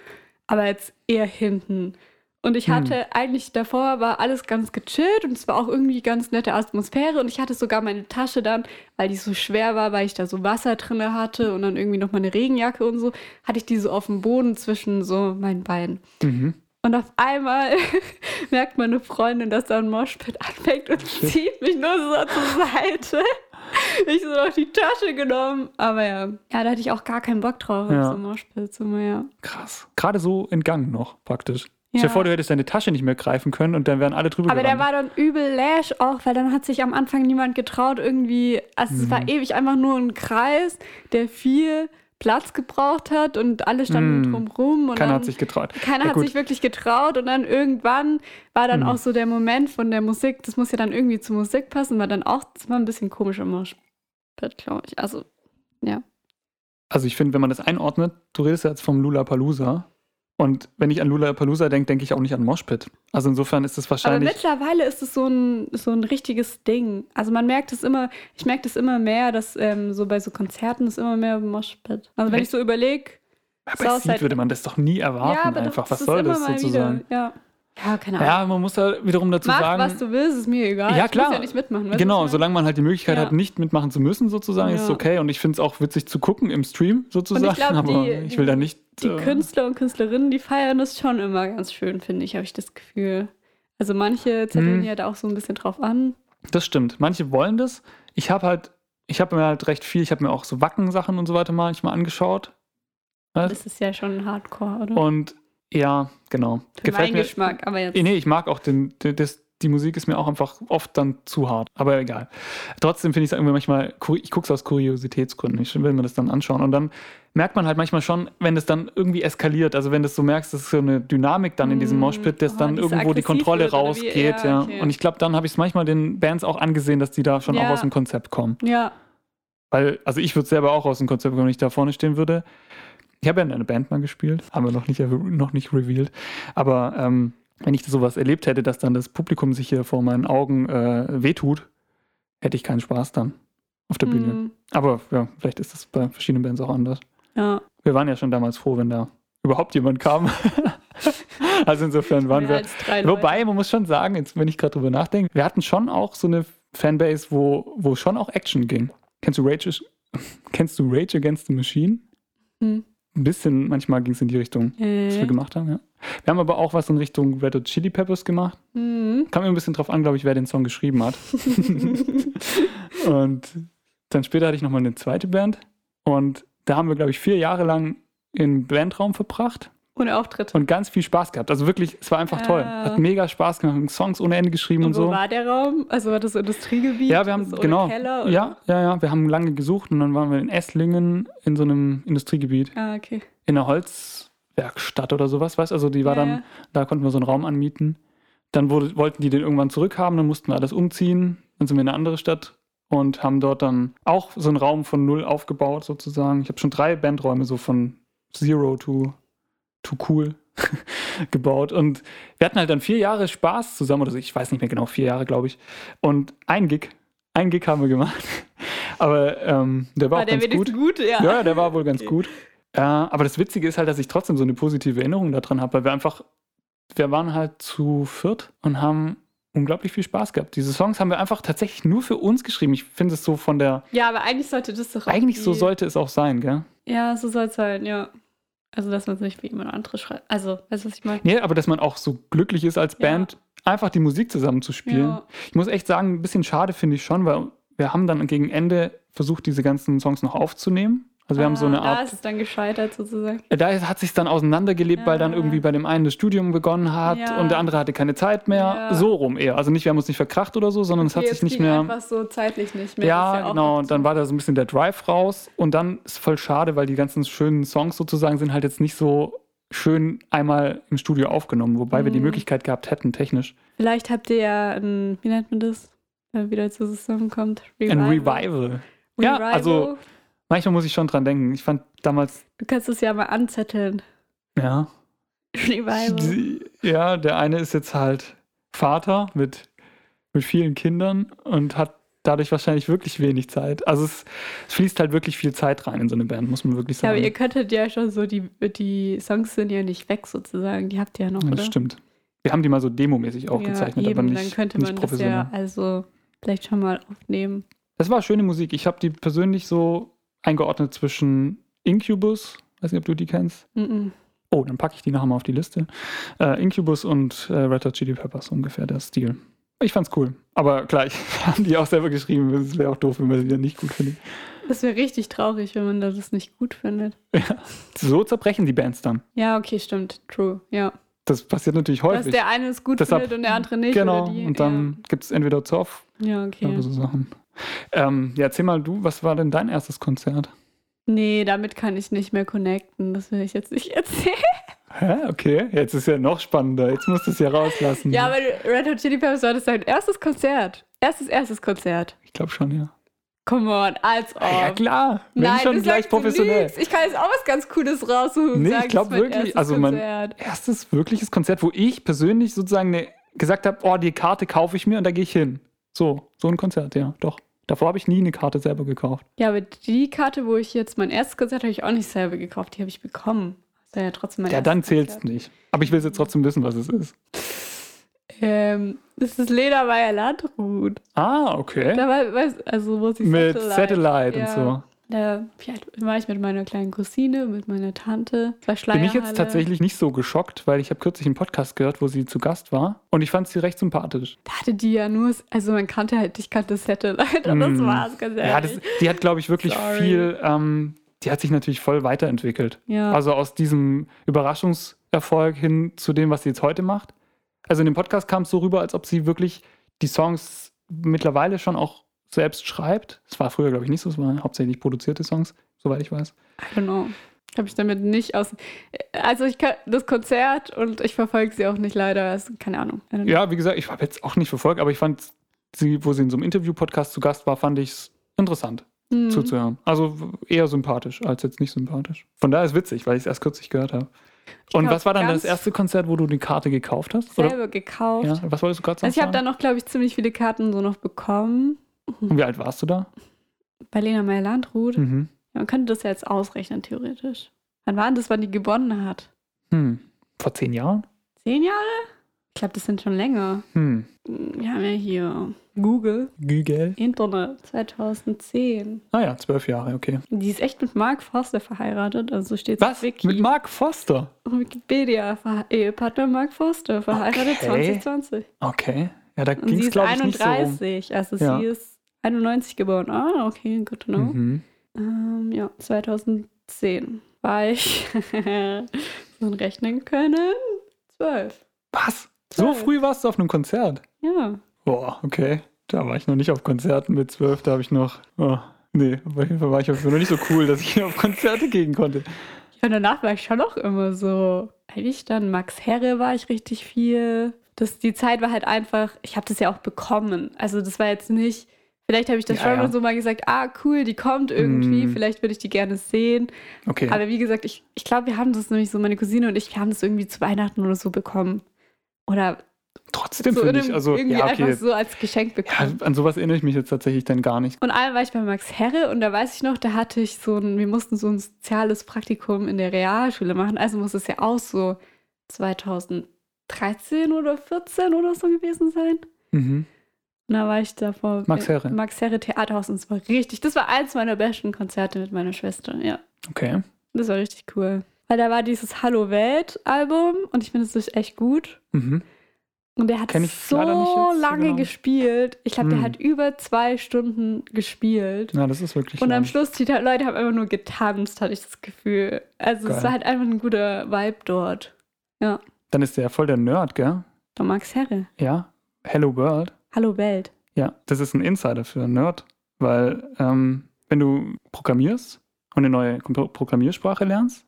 A: aber jetzt eher hinten. Und ich
B: Hm.
A: hatte eigentlich davor war alles ganz gechillt und es war auch irgendwie ganz nette Atmosphäre und ich hatte sogar meine Tasche dann, weil die so schwer war, weil ich da so Wasser drinne hatte und dann irgendwie noch mal eine Regenjacke und so, hatte ich die so auf dem Boden zwischen so meinen Beinen.
B: Mhm.
A: Und auf einmal *laughs* merkt meine Freundin, dass da ein Moshpit anfängt und zieht mich nur so zur Seite. Ich so noch die Tasche genommen. Aber ja, ja, da hatte ich auch gar keinen Bock drauf, auf
B: Ja.
A: so Moshpits immer, ja.
B: Krass. Gerade so entgangen noch, praktisch. Ich
A: Ja.
B: Stell dir vor, du hättest deine Tasche nicht mehr greifen können und dann wären alle drüber
A: Aber der
B: gerannt.
A: war dann übel lash auch, weil dann hat sich am
B: Mhm.
A: Anfang niemand getraut, irgendwie. Also es war ewig einfach nur ein Kreis, der fiel. Platz gebraucht hat und alle standen
B: Mm.
A: drum rum. Und
B: Keiner
A: dann,
B: hat sich getraut.
A: ne? keiner
B: Ja,
A: hat
B: gut.
A: sich wirklich getraut und dann irgendwann war dann
B: Mhm.
A: auch so der Moment von der Musik, das muss ja dann irgendwie zur Musik passen, war dann auch, das war ein bisschen komisch im Moshpit, glaube ich. Also,
B: Also ich finde, wenn man das einordnet, du redest ja jetzt vom Lollapalooza. Und wenn ich an Lollapalooza denke, denke ich auch nicht an Moshpit. Also insofern ist es
A: aber
B: wahrscheinlich...
A: mittlerweile ist es so ein, so ein richtiges Ding. Also man merkt es immer, ich merke das immer mehr, dass ähm, so bei so Konzerten ist immer mehr Moshpit. Also wenn
B: Echt?
A: ich so überlege,
B: Ja, bei
A: Southside-
B: Seed würde man das doch nie erwarten
A: halt- ja, aber
B: einfach.
A: doch,
B: Was
A: es ist
B: soll
A: immer
B: das
A: mal
B: sozusagen?
A: Wieder, ja. ja, keine Ahnung.
B: Ja, man muss da wiederum dazu
A: Mach,
B: sagen...
A: was du willst, ist mir egal.
B: Ja,
A: Ich
B: klar.
A: muss ja nicht mitmachen. weißt du,
B: Genau,
A: was ich meine?
B: solange man halt die Möglichkeit
A: Ja.
B: hat, nicht mitmachen zu müssen, sozusagen, ist es
A: Ja.
B: okay. Und ich finde es auch witzig zu gucken im Stream, sozusagen.
A: glaub,
B: *laughs* aber
A: die-
B: ich will da nicht.
A: Die
B: äh,
A: Künstler und Künstlerinnen, die feiern das schon immer ganz schön, finde ich, habe ich das Gefühl. Also manche zetteln
B: Hm.
A: ja da auch so ein bisschen drauf an.
B: das stimmt. Manche wollen das. Ich habe halt, ich habe mir halt recht viel, ich habe mir auch so Wacken-Sachen und so weiter manchmal angeschaut. Was?
A: Das ist ja schon hardcore, oder?
B: Und ja, genau.
A: Mhm. Für meinen Geschmack, aber jetzt.
B: Eh, Nee, ich mag auch den, den das, die Musik ist mir auch einfach oft dann zu hart, aber egal. Trotzdem finde ich es irgendwie manchmal, kur- ich gucke es aus Kuriositätsgründen, ich will mir das dann anschauen und dann merkt man halt manchmal schon, wenn das dann irgendwie eskaliert, also wenn du so merkst, das ist so eine Dynamik dann in diesem
A: Mm,
B: Moshpit, dass
A: oh,
B: dann
A: die ist
B: irgendwo die
A: aggressiv
B: Kontrolle
A: wird oder wie?
B: rausgeht,
A: Ja,
B: ja.
A: okay.
B: Und ich glaube, dann habe ich es manchmal den Bands auch angesehen, dass die da schon auch
A: Ja.
B: aus dem Konzept kommen.
A: Ja,
B: Weil, also ich würde selber auch aus dem Konzept kommen, wenn ich da vorne stehen würde. Ich habe ja in einer Band mal gespielt, haben wir noch nicht, noch nicht revealed. Aber ähm, wenn ich sowas erlebt hätte, dass dann das Publikum sich hier vor meinen Augen äh, wehtut, hätte ich keinen Spaß dann auf der Bühne.
A: mm,
B: Aber ja, vielleicht ist das bei verschiedenen Bands auch anders.
A: ja.
B: Wir waren ja schon damals froh, wenn da überhaupt jemand kam. *laughs* also insofern waren
A: Mehr
B: wir
A: als drei Leute.
B: Wobei, man muss schon sagen, jetzt, wenn ich gerade drüber nachdenke, wir hatten schon auch so eine Fanbase, wo, wo schon auch Action ging. Kennst du Rage, *laughs* kennst du Rage Against the Machine?
A: Hm.
B: Ein bisschen, manchmal ging es in die Richtung, was wir
A: Äh,
B: gemacht haben, ja. Wir haben aber auch was in Richtung Red Hot Chili Peppers gemacht. *laughs*
A: mm.
B: Kam mir ein bisschen drauf an, glaube ich, wer den Song
A: *laughs*
B: geschrieben hat. und dann später hatte ich nochmal eine zweite Band. Und da haben wir, glaube ich, vier Jahre lang im Bandraum verbracht
A: Ohne Auftritt.
B: und ganz viel Spaß gehabt. Also wirklich, es war einfach toll.
A: Ja.
B: Hat mega Spaß gemacht, haben Songs ohne Ende geschrieben und,
A: Ah. Und wo
B: so.
A: war der Raum? Also war das so Industriegebiet?
B: Ja, wir haben
A: so ohne
B: genau.
A: Keller und-
B: ja, ja, ja. Wir haben lange gesucht und dann waren wir in Esslingen in so einem Industriegebiet
A: Ah, okay.
B: in einer Holzwerkstatt oder sowas, weißt? Also die war
A: Ja,
B: dann, da konnten wir so einen Raum anmieten. Dann wurde, wollten die den irgendwann zurückhaben, dann mussten wir alles umziehen. Dann sind wir in eine andere Stadt und haben dort dann auch so einen Raum von null aufgebaut sozusagen. Ich habe schon drei Bandräume so von Zero to Too Cool *laughs* gebaut. Und wir hatten halt dann vier Jahre Spaß zusammen, oder so, ich weiß nicht mehr genau, vier Jahre, glaube ich. Und ein Gig, ein Gig haben wir gemacht. *laughs* Aber ähm, der war,
A: War
B: auch
A: der
B: ganz gut.
A: wenigstens gut? Ja.
B: Ja, der war wohl ganz
A: Okay.
B: gut. Äh, aber das Witzige ist halt, dass ich trotzdem so eine positive Erinnerung daran habe, weil wir einfach, wir waren halt zu viert und haben unglaublich viel Spaß gehabt. Diese Songs haben wir einfach tatsächlich nur für uns geschrieben. Ich finde es so von der,
A: ja, aber eigentlich sollte das doch auch
B: eigentlich so
A: die-
B: sollte es auch sein, gell?
A: Ja, so soll es sein, ja. Also, dass man es nicht wie jemand anderes schreibt. Also, weißt du, was ich meine?
B: Nee, aber dass man auch so glücklich ist als
A: Ja.
B: Band, einfach die Musik zusammen zu spielen.
A: Ja.
B: Ich muss echt sagen, ein bisschen schade finde ich schon, weil wir haben dann gegen Ende versucht, diese ganzen Songs noch aufzunehmen. Also wir haben so
A: Ah,
B: eine Art
A: Da ist es dann gescheitert sozusagen.
B: Da hat sich dann auseinandergelebt, weil dann
A: Ja.
B: irgendwie bei dem einen das Studium begonnen hat
A: Ja.
B: und der andere hatte keine Zeit mehr.
A: Ja.
B: So rum eher. Also nicht, wir haben uns nicht verkracht oder so, sondern es hat
A: Okay,
B: sich
A: jetzt
B: nicht
A: ging
B: mehr.
A: einfach so zeitlich nicht mehr.
B: Ja,
A: Das ist auch
B: genau. Und dann
A: dazu.
B: war da so ein bisschen der Drive raus. Und dann ist voll schade, weil die ganzen schönen Songs sozusagen sind halt jetzt nicht so schön einmal im Studio aufgenommen, wobei wir die
A: Mhm.
B: Möglichkeit gehabt hätten, technisch.
A: Vielleicht habt ihr ja ein, wie nennt man das? Wenn man wieder zusammenkommt.
B: Ein Revival. Ja, also- Manchmal muss ich schon dran denken. Ich fand damals,
A: Du kannst es ja mal anzetteln. *laughs*
B: ja,
A: Revival.
B: Die- Ja, der eine ist jetzt halt Vater mit, mit vielen Kindern und hat dadurch wahrscheinlich wirklich wenig Zeit. Also es, es fließt halt wirklich viel Zeit rein in so eine Band, muss man wirklich
A: Ja, aber
B: sagen.
A: ihr könntet ja schon so, die, die Songs sind ja nicht weg sozusagen. Die habt ihr ja noch,
B: Ja,
A: oder?
B: das stimmt. Wir haben die mal so demomäßig
A: ja,
B: aufgezeichnet,
A: eben,
B: aber nicht,
A: Dann könnte
B: nicht
A: man das
B: professionell.
A: ja also vielleicht schon mal aufnehmen.
B: Das war schöne Musik. Ich habe die persönlich so eingeordnet zwischen Incubus, weiß nicht, ob du die kennst.
A: Mhm.
B: Oh, dann packe ich die nachher mal auf die Liste. Äh, Incubus und äh, Red Hot Chili Peppers, ungefähr der Stil. Ich fand's cool. Aber klar, *laughs* ich haben die auch selber geschrieben. Es wäre auch doof, wenn man sie dann nicht gut findet.
A: Das wäre richtig traurig, wenn man das nicht gut findet.
B: So zerbrechen die Bands dann.
A: Ja, okay, stimmt. True. Ja.
B: Das passiert natürlich
A: Dass
B: häufig.
A: der eine es gut
B: Deshalb-
A: findet und der andere nicht.
B: genau.
A: Oder die,
B: Und dann gibt's entweder Zoff
A: Ja, ja okay.
B: oder so Sachen. Ähm, ja, erzähl mal du, was war denn dein erstes Konzert?
A: Nee, damit kann ich nicht mehr connecten. Das will ich jetzt nicht *laughs* erzählen.
B: Hä? Okay, jetzt ist ja noch spannender. Jetzt musst du es ja rauslassen.
A: Ja, aber Red Hot Chili Peppers war das sein erstes Konzert. Erstes, erstes Konzert.
B: ich glaube schon, ja.
A: Come on, als ob.
B: Ja, klar. Wenn
A: Oh. Nein,
B: schon
A: du
B: gleich
A: sagst, du
B: professionell.
A: lügst. Ich kann jetzt auch was ganz Cooles raussuchen. und
B: Nee, ich
A: sagen,
B: glaub
A: das ist mein
B: wirklich,
A: erstes
B: also man-
A: Konzert.
B: erstes wirkliches Konzert, wo ich persönlich sozusagen ne, gesagt habe, oh, die Karte kaufe ich mir und da gehe ich hin. So, so ein Konzert, ja, doch. Davor habe ich nie eine Karte selber gekauft.
A: Ja, aber die Karte, wo ich jetzt mein erstes Konzert habe ich auch nicht selber gekauft. Die habe ich bekommen. Das war ja trotzdem mein
B: ja, dann
A: erstes
B: zählt's
A: Konzert.
B: nicht. Aber ich will jetzt trotzdem wissen, was es ist.
A: Ähm, das ist Lena Meyer Landrut.
B: Ah, okay.
A: Da war, weiß, also wo sie
B: Mit Satellite
A: ja.
B: und so.
A: Da vielleicht war ich mit meiner kleinen Cousine, mit meiner Tante. Das war
B: Bin ich jetzt
A: Schleierhalle.
B: tatsächlich nicht so geschockt, weil ich habe kürzlich einen Podcast gehört, wo sie zu Gast war und ich fand sie recht sympathisch.
A: Da hatte die ja nur, also man kannte halt, ich kannte Satellite und das
B: Mm.
A: war's, ganz ehrlich.
B: Ja, das, die hat, glaube ich, wirklich
A: Sorry.
B: viel, ähm, die hat sich natürlich voll weiterentwickelt.
A: ja.
B: Also aus diesem Überraschungserfolg hin zu dem, was sie jetzt heute macht. Also in dem Podcast kam es so rüber, als ob sie wirklich die Songs mittlerweile schon auch selbst schreibt. Es war früher, glaube ich, nicht so. Es waren hauptsächlich produzierte Songs, soweit ich weiß.
A: I don't know. Habe Genau. ich damit nicht aus. Also ich kann das Konzert und ich verfolge sie auch nicht leider. Also, keine Ahnung. I don't know.
B: Ja, wie gesagt, ich habe jetzt auch nicht verfolgt, aber ich fand sie, wo sie in so einem Interview-Podcast zu Gast war, fand ich es interessant
A: Hm.
B: zuzuhören. Also eher sympathisch als jetzt nicht sympathisch. Von daher ist witzig, weil ich es erst kürzlich gehört habe. Und
A: glaub,
B: was war dann
A: ganz
B: das erste Konzert, wo du die Karte gekauft hast? Oder,
A: Selber gekauft.
B: ja, was wolltest du gerade sagen?
A: also ich habe dann noch, glaube ich, ziemlich viele Karten so noch bekommen.
B: Und wie alt warst du da?
A: Bei Lena Meyer-Landrut.
B: Mhm.
A: Man könnte das ja jetzt ausrechnen, theoretisch. Wann war denn das, wann die gewonnen hat?
B: Hm. Vor zehn Jahren?
A: Zehn Jahre? Ich glaube, das sind schon länger.
B: Hm.
A: Wir haben ja hier Google,
B: Gügel?
A: Internet, 2010.
B: Ah ja, zwölf Jahre, okay.
A: Die ist echt mit Mark Forster verheiratet, also steht
B: Was?
A: Wiki.
B: Mit Mark Foster?
A: Wikipedia, Verhe- Ehepartner Mark Forster, verheiratet
B: Okay.
A: 2020.
B: Okay. Ja, da
A: Und
B: ging
A: sie
B: es,
A: ist
B: glaube ich, nicht so rum.
A: 31, also
B: Ja.
A: sie ist 91 geboren. Ah, okay, good to know.
B: Mhm.
A: Ähm, ja, 2010 war ich, *laughs* so ein Rechnen können, 12.
B: Was? So
A: Zwölf.
B: früh warst du auf einem Konzert?
A: Ja,
B: Boah, okay. Da war ich noch nicht auf Konzerten mit zwölf, da habe ich noch... Oh, nee, auf jeden Fall war ich auf, noch nicht so cool, dass ich *laughs* auf Konzerte gehen konnte.
A: ja danach war ich schon auch immer so. Eigentlich dann Max Herre war ich richtig viel. Das, die Zeit war halt einfach, ich habe das ja auch bekommen. Also das war jetzt nicht, vielleicht habe ich das
B: Ja,
A: schon
B: ja.
A: mal so mal gesagt, ah cool, die kommt irgendwie,
B: Mm.
A: vielleicht würde ich die gerne sehen.
B: Okay.
A: Aber wie gesagt, ich, ich glaube, wir haben das nämlich so, meine Cousine und ich, wir haben das irgendwie zu Weihnachten oder so bekommen. Oder
B: Trotzdem
A: so in
B: finde ich,
A: einem-
B: also...
A: irgendwie
B: Ja, okay.
A: einfach so als Geschenk bekommen.
B: Ja, an sowas erinnere ich mich jetzt tatsächlich dann gar nicht.
A: Und einmal war ich bei Max Herre und da weiß ich noch, da hatte ich so ein, wir mussten so ein soziales Praktikum in der Realschule machen. Also muss es ja auch so 2013 oder 14 oder so gewesen sein.
B: Mhm.
A: Und da war ich davor.
B: Max Herre.
A: Im Max Herre Theaterhaus und es war richtig. Das war eins meiner besten Konzerte mit meiner Schwester. Ja,
B: Okay.
A: das war richtig cool. Weil da war dieses Hallo Welt Album und ich finde es ist echt gut.
B: Mhm.
A: Und der hat
B: Kenn ich
A: so
B: leider nicht jetzt so
A: lange
B: genau.
A: gespielt. Ich glaube, der
B: Hm.
A: hat über zwei Stunden gespielt.
B: Na, das ist wirklich
A: Und am
B: lang.
A: Schluss, die Ta- Leute haben einfach nur getanzt, hatte ich das Gefühl. Also es
B: Geil.
A: war halt einfach ein guter Vibe dort.
B: Dann ist der voll der Nerd, gell?
A: Der Max Herre.
B: Ja. Hello World.
A: Hallo Welt.
B: Ja, das ist ein Insider für einen Nerd, weil ähm, wenn du programmierst und eine neue Kom- Programmiersprache lernst,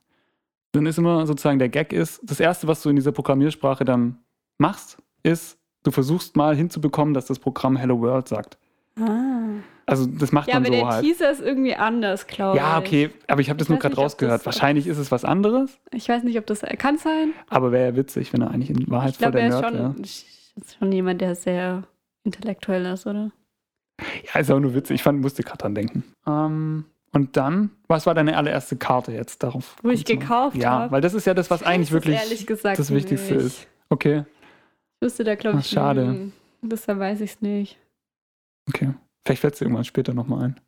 B: dann ist immer sozusagen der Gag ist, das Erste, was du in dieser Programmiersprache dann machst, ist, du versuchst mal hinzubekommen, dass das Programm Hello World sagt.
A: Ah.
B: Also das macht
A: Ja,
B: man
A: aber
B: so
A: der
B: halt.
A: Teaser ist irgendwie anders, glaube ich.
B: Ja, okay, aber ich habe das
A: Ich
B: nur
A: weiß
B: gerade
A: nicht, ob
B: rausgehört.
A: das-
B: Wahrscheinlich ist es was anderes,
A: Ich weiß nicht, ob das er kann sein.
B: aber wäre ja witzig, wenn er eigentlich in Wahrheit
A: Ich glaube,
B: Halt voll
A: er
B: der
A: ist
B: Nerd
A: schon,
B: wäre.
A: ist schon jemand, der sehr intellektuell ist, oder?
B: Ja, ist auch nur witzig. Ich fand, musste gerade dran denken. Ähm, und dann, was war deine allererste Karte jetzt darauf?
A: Wo ich
B: kommt's mal.
A: gekauft
B: Ja,
A: habe.
B: weil das ist
A: *laughs*
B: ja das, was eigentlich
A: Ich weiß es
B: wirklich.
A: ehrlich gesagt
B: das Wichtigste
A: nicht.
B: ist. Okay,
A: Ich wüsste da, glaube
B: Ach,
A: ich,
B: schade.
A: lügen. Deshalb weiß ich es nicht.
B: okay. Vielleicht fällt es dir irgendwann später nochmal ein.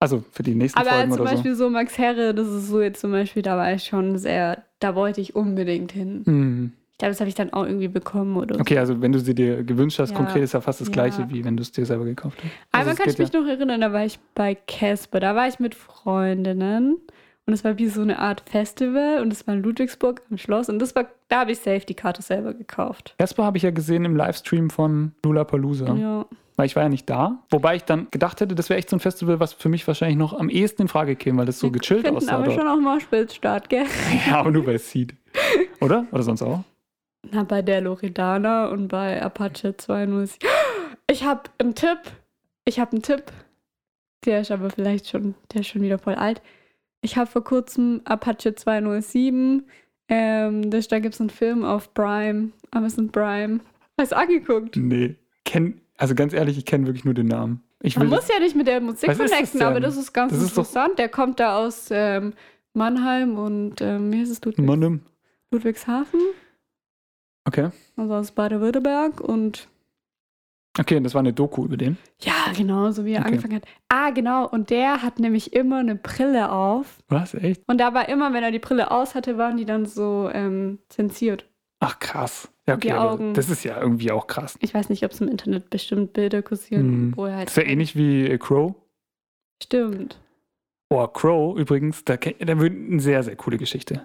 B: Also für die nächsten
A: Aber
B: Folgen
A: zum
B: oder
A: Beispiel so Max Herre, das ist so jetzt zum Beispiel, da war ich schon sehr, da wollte ich unbedingt hin.
B: so. Hm.
A: Ich glaube, das habe ich dann auch irgendwie bekommen oder so.
B: Okay, also wenn du sie dir gewünscht hast,
A: Ja.
B: konkret ist ja fast das
A: Ja.
B: gleiche, wie wenn du es dir selber gekauft hast. Also
A: Einmal
B: es
A: kann ich
B: geht
A: mich noch erinnern, da war ich bei Casper, da war ich mit Freundinnen Und es war wie so eine Art Festival und es war in Ludwigsburg am Schloss. Und das war, da habe ich safe die Karte selber gekauft.
B: Casper habe ich ja gesehen im Livestream von Lollapalooza.
A: Ja.
B: Weil ich war ja nicht da. Wobei ich dann gedacht hätte, das wäre echt so ein Festival, was für mich wahrscheinlich noch am ehesten in Frage käme, weil das so gechillt
A: Finden
B: aussah.
A: aber
B: Dort.
A: schon auch Marshmallows statt, gell?
B: Ja, aber nur bei Seed. Oder? Oder sonst auch?
A: Na, bei der Loredana und bei Apache 207. Ich habe einen Tipp. Ich habe einen Tipp. Der ist aber vielleicht schon, der ist schon wieder voll alt. Ich habe vor kurzem Apache 207. Ähm, das, da gibt es einen Film auf Prime, Amazon Prime. Hast du angeguckt?
B: Nee. Kenn, also ganz ehrlich, ich kenne wirklich nur den Namen. Ich
A: Man
B: will
A: muss ja nicht mit der Musik
B: Was ist das
A: connecten,
B: denn?
A: aber das ist ganz
B: Das ist doch-
A: interessant. der kommt da aus ähm, Mannheim und ähm, wie heißt es Ludwig,
B: Monim.
A: Ludwigshafen,
B: Okay.
A: also aus Baden-Württemberg und
B: Okay, das war eine Doku über den.
A: Ja, genau, so wie er
B: Okay.
A: angefangen hat. Ah, genau. Und der hat nämlich immer eine Brille auf.
B: Was? Echt?
A: Und da war immer, wenn er die Brille aus hatte, waren die dann so ähm, zensiert.
B: Ach, krass. Ja, okay.
A: Die
B: aber
A: Augen.
B: Das ist ja irgendwie auch krass.
A: Ich weiß nicht, ob es im Internet bestimmt Bilder kursieren,
B: Mhm.
A: wo er halt.
B: Das ist ja ähnlich wie äh, Crow.
A: Stimmt.
B: Oh, Crow übrigens, da, ke- da wird eine sehr, sehr coole Geschichte.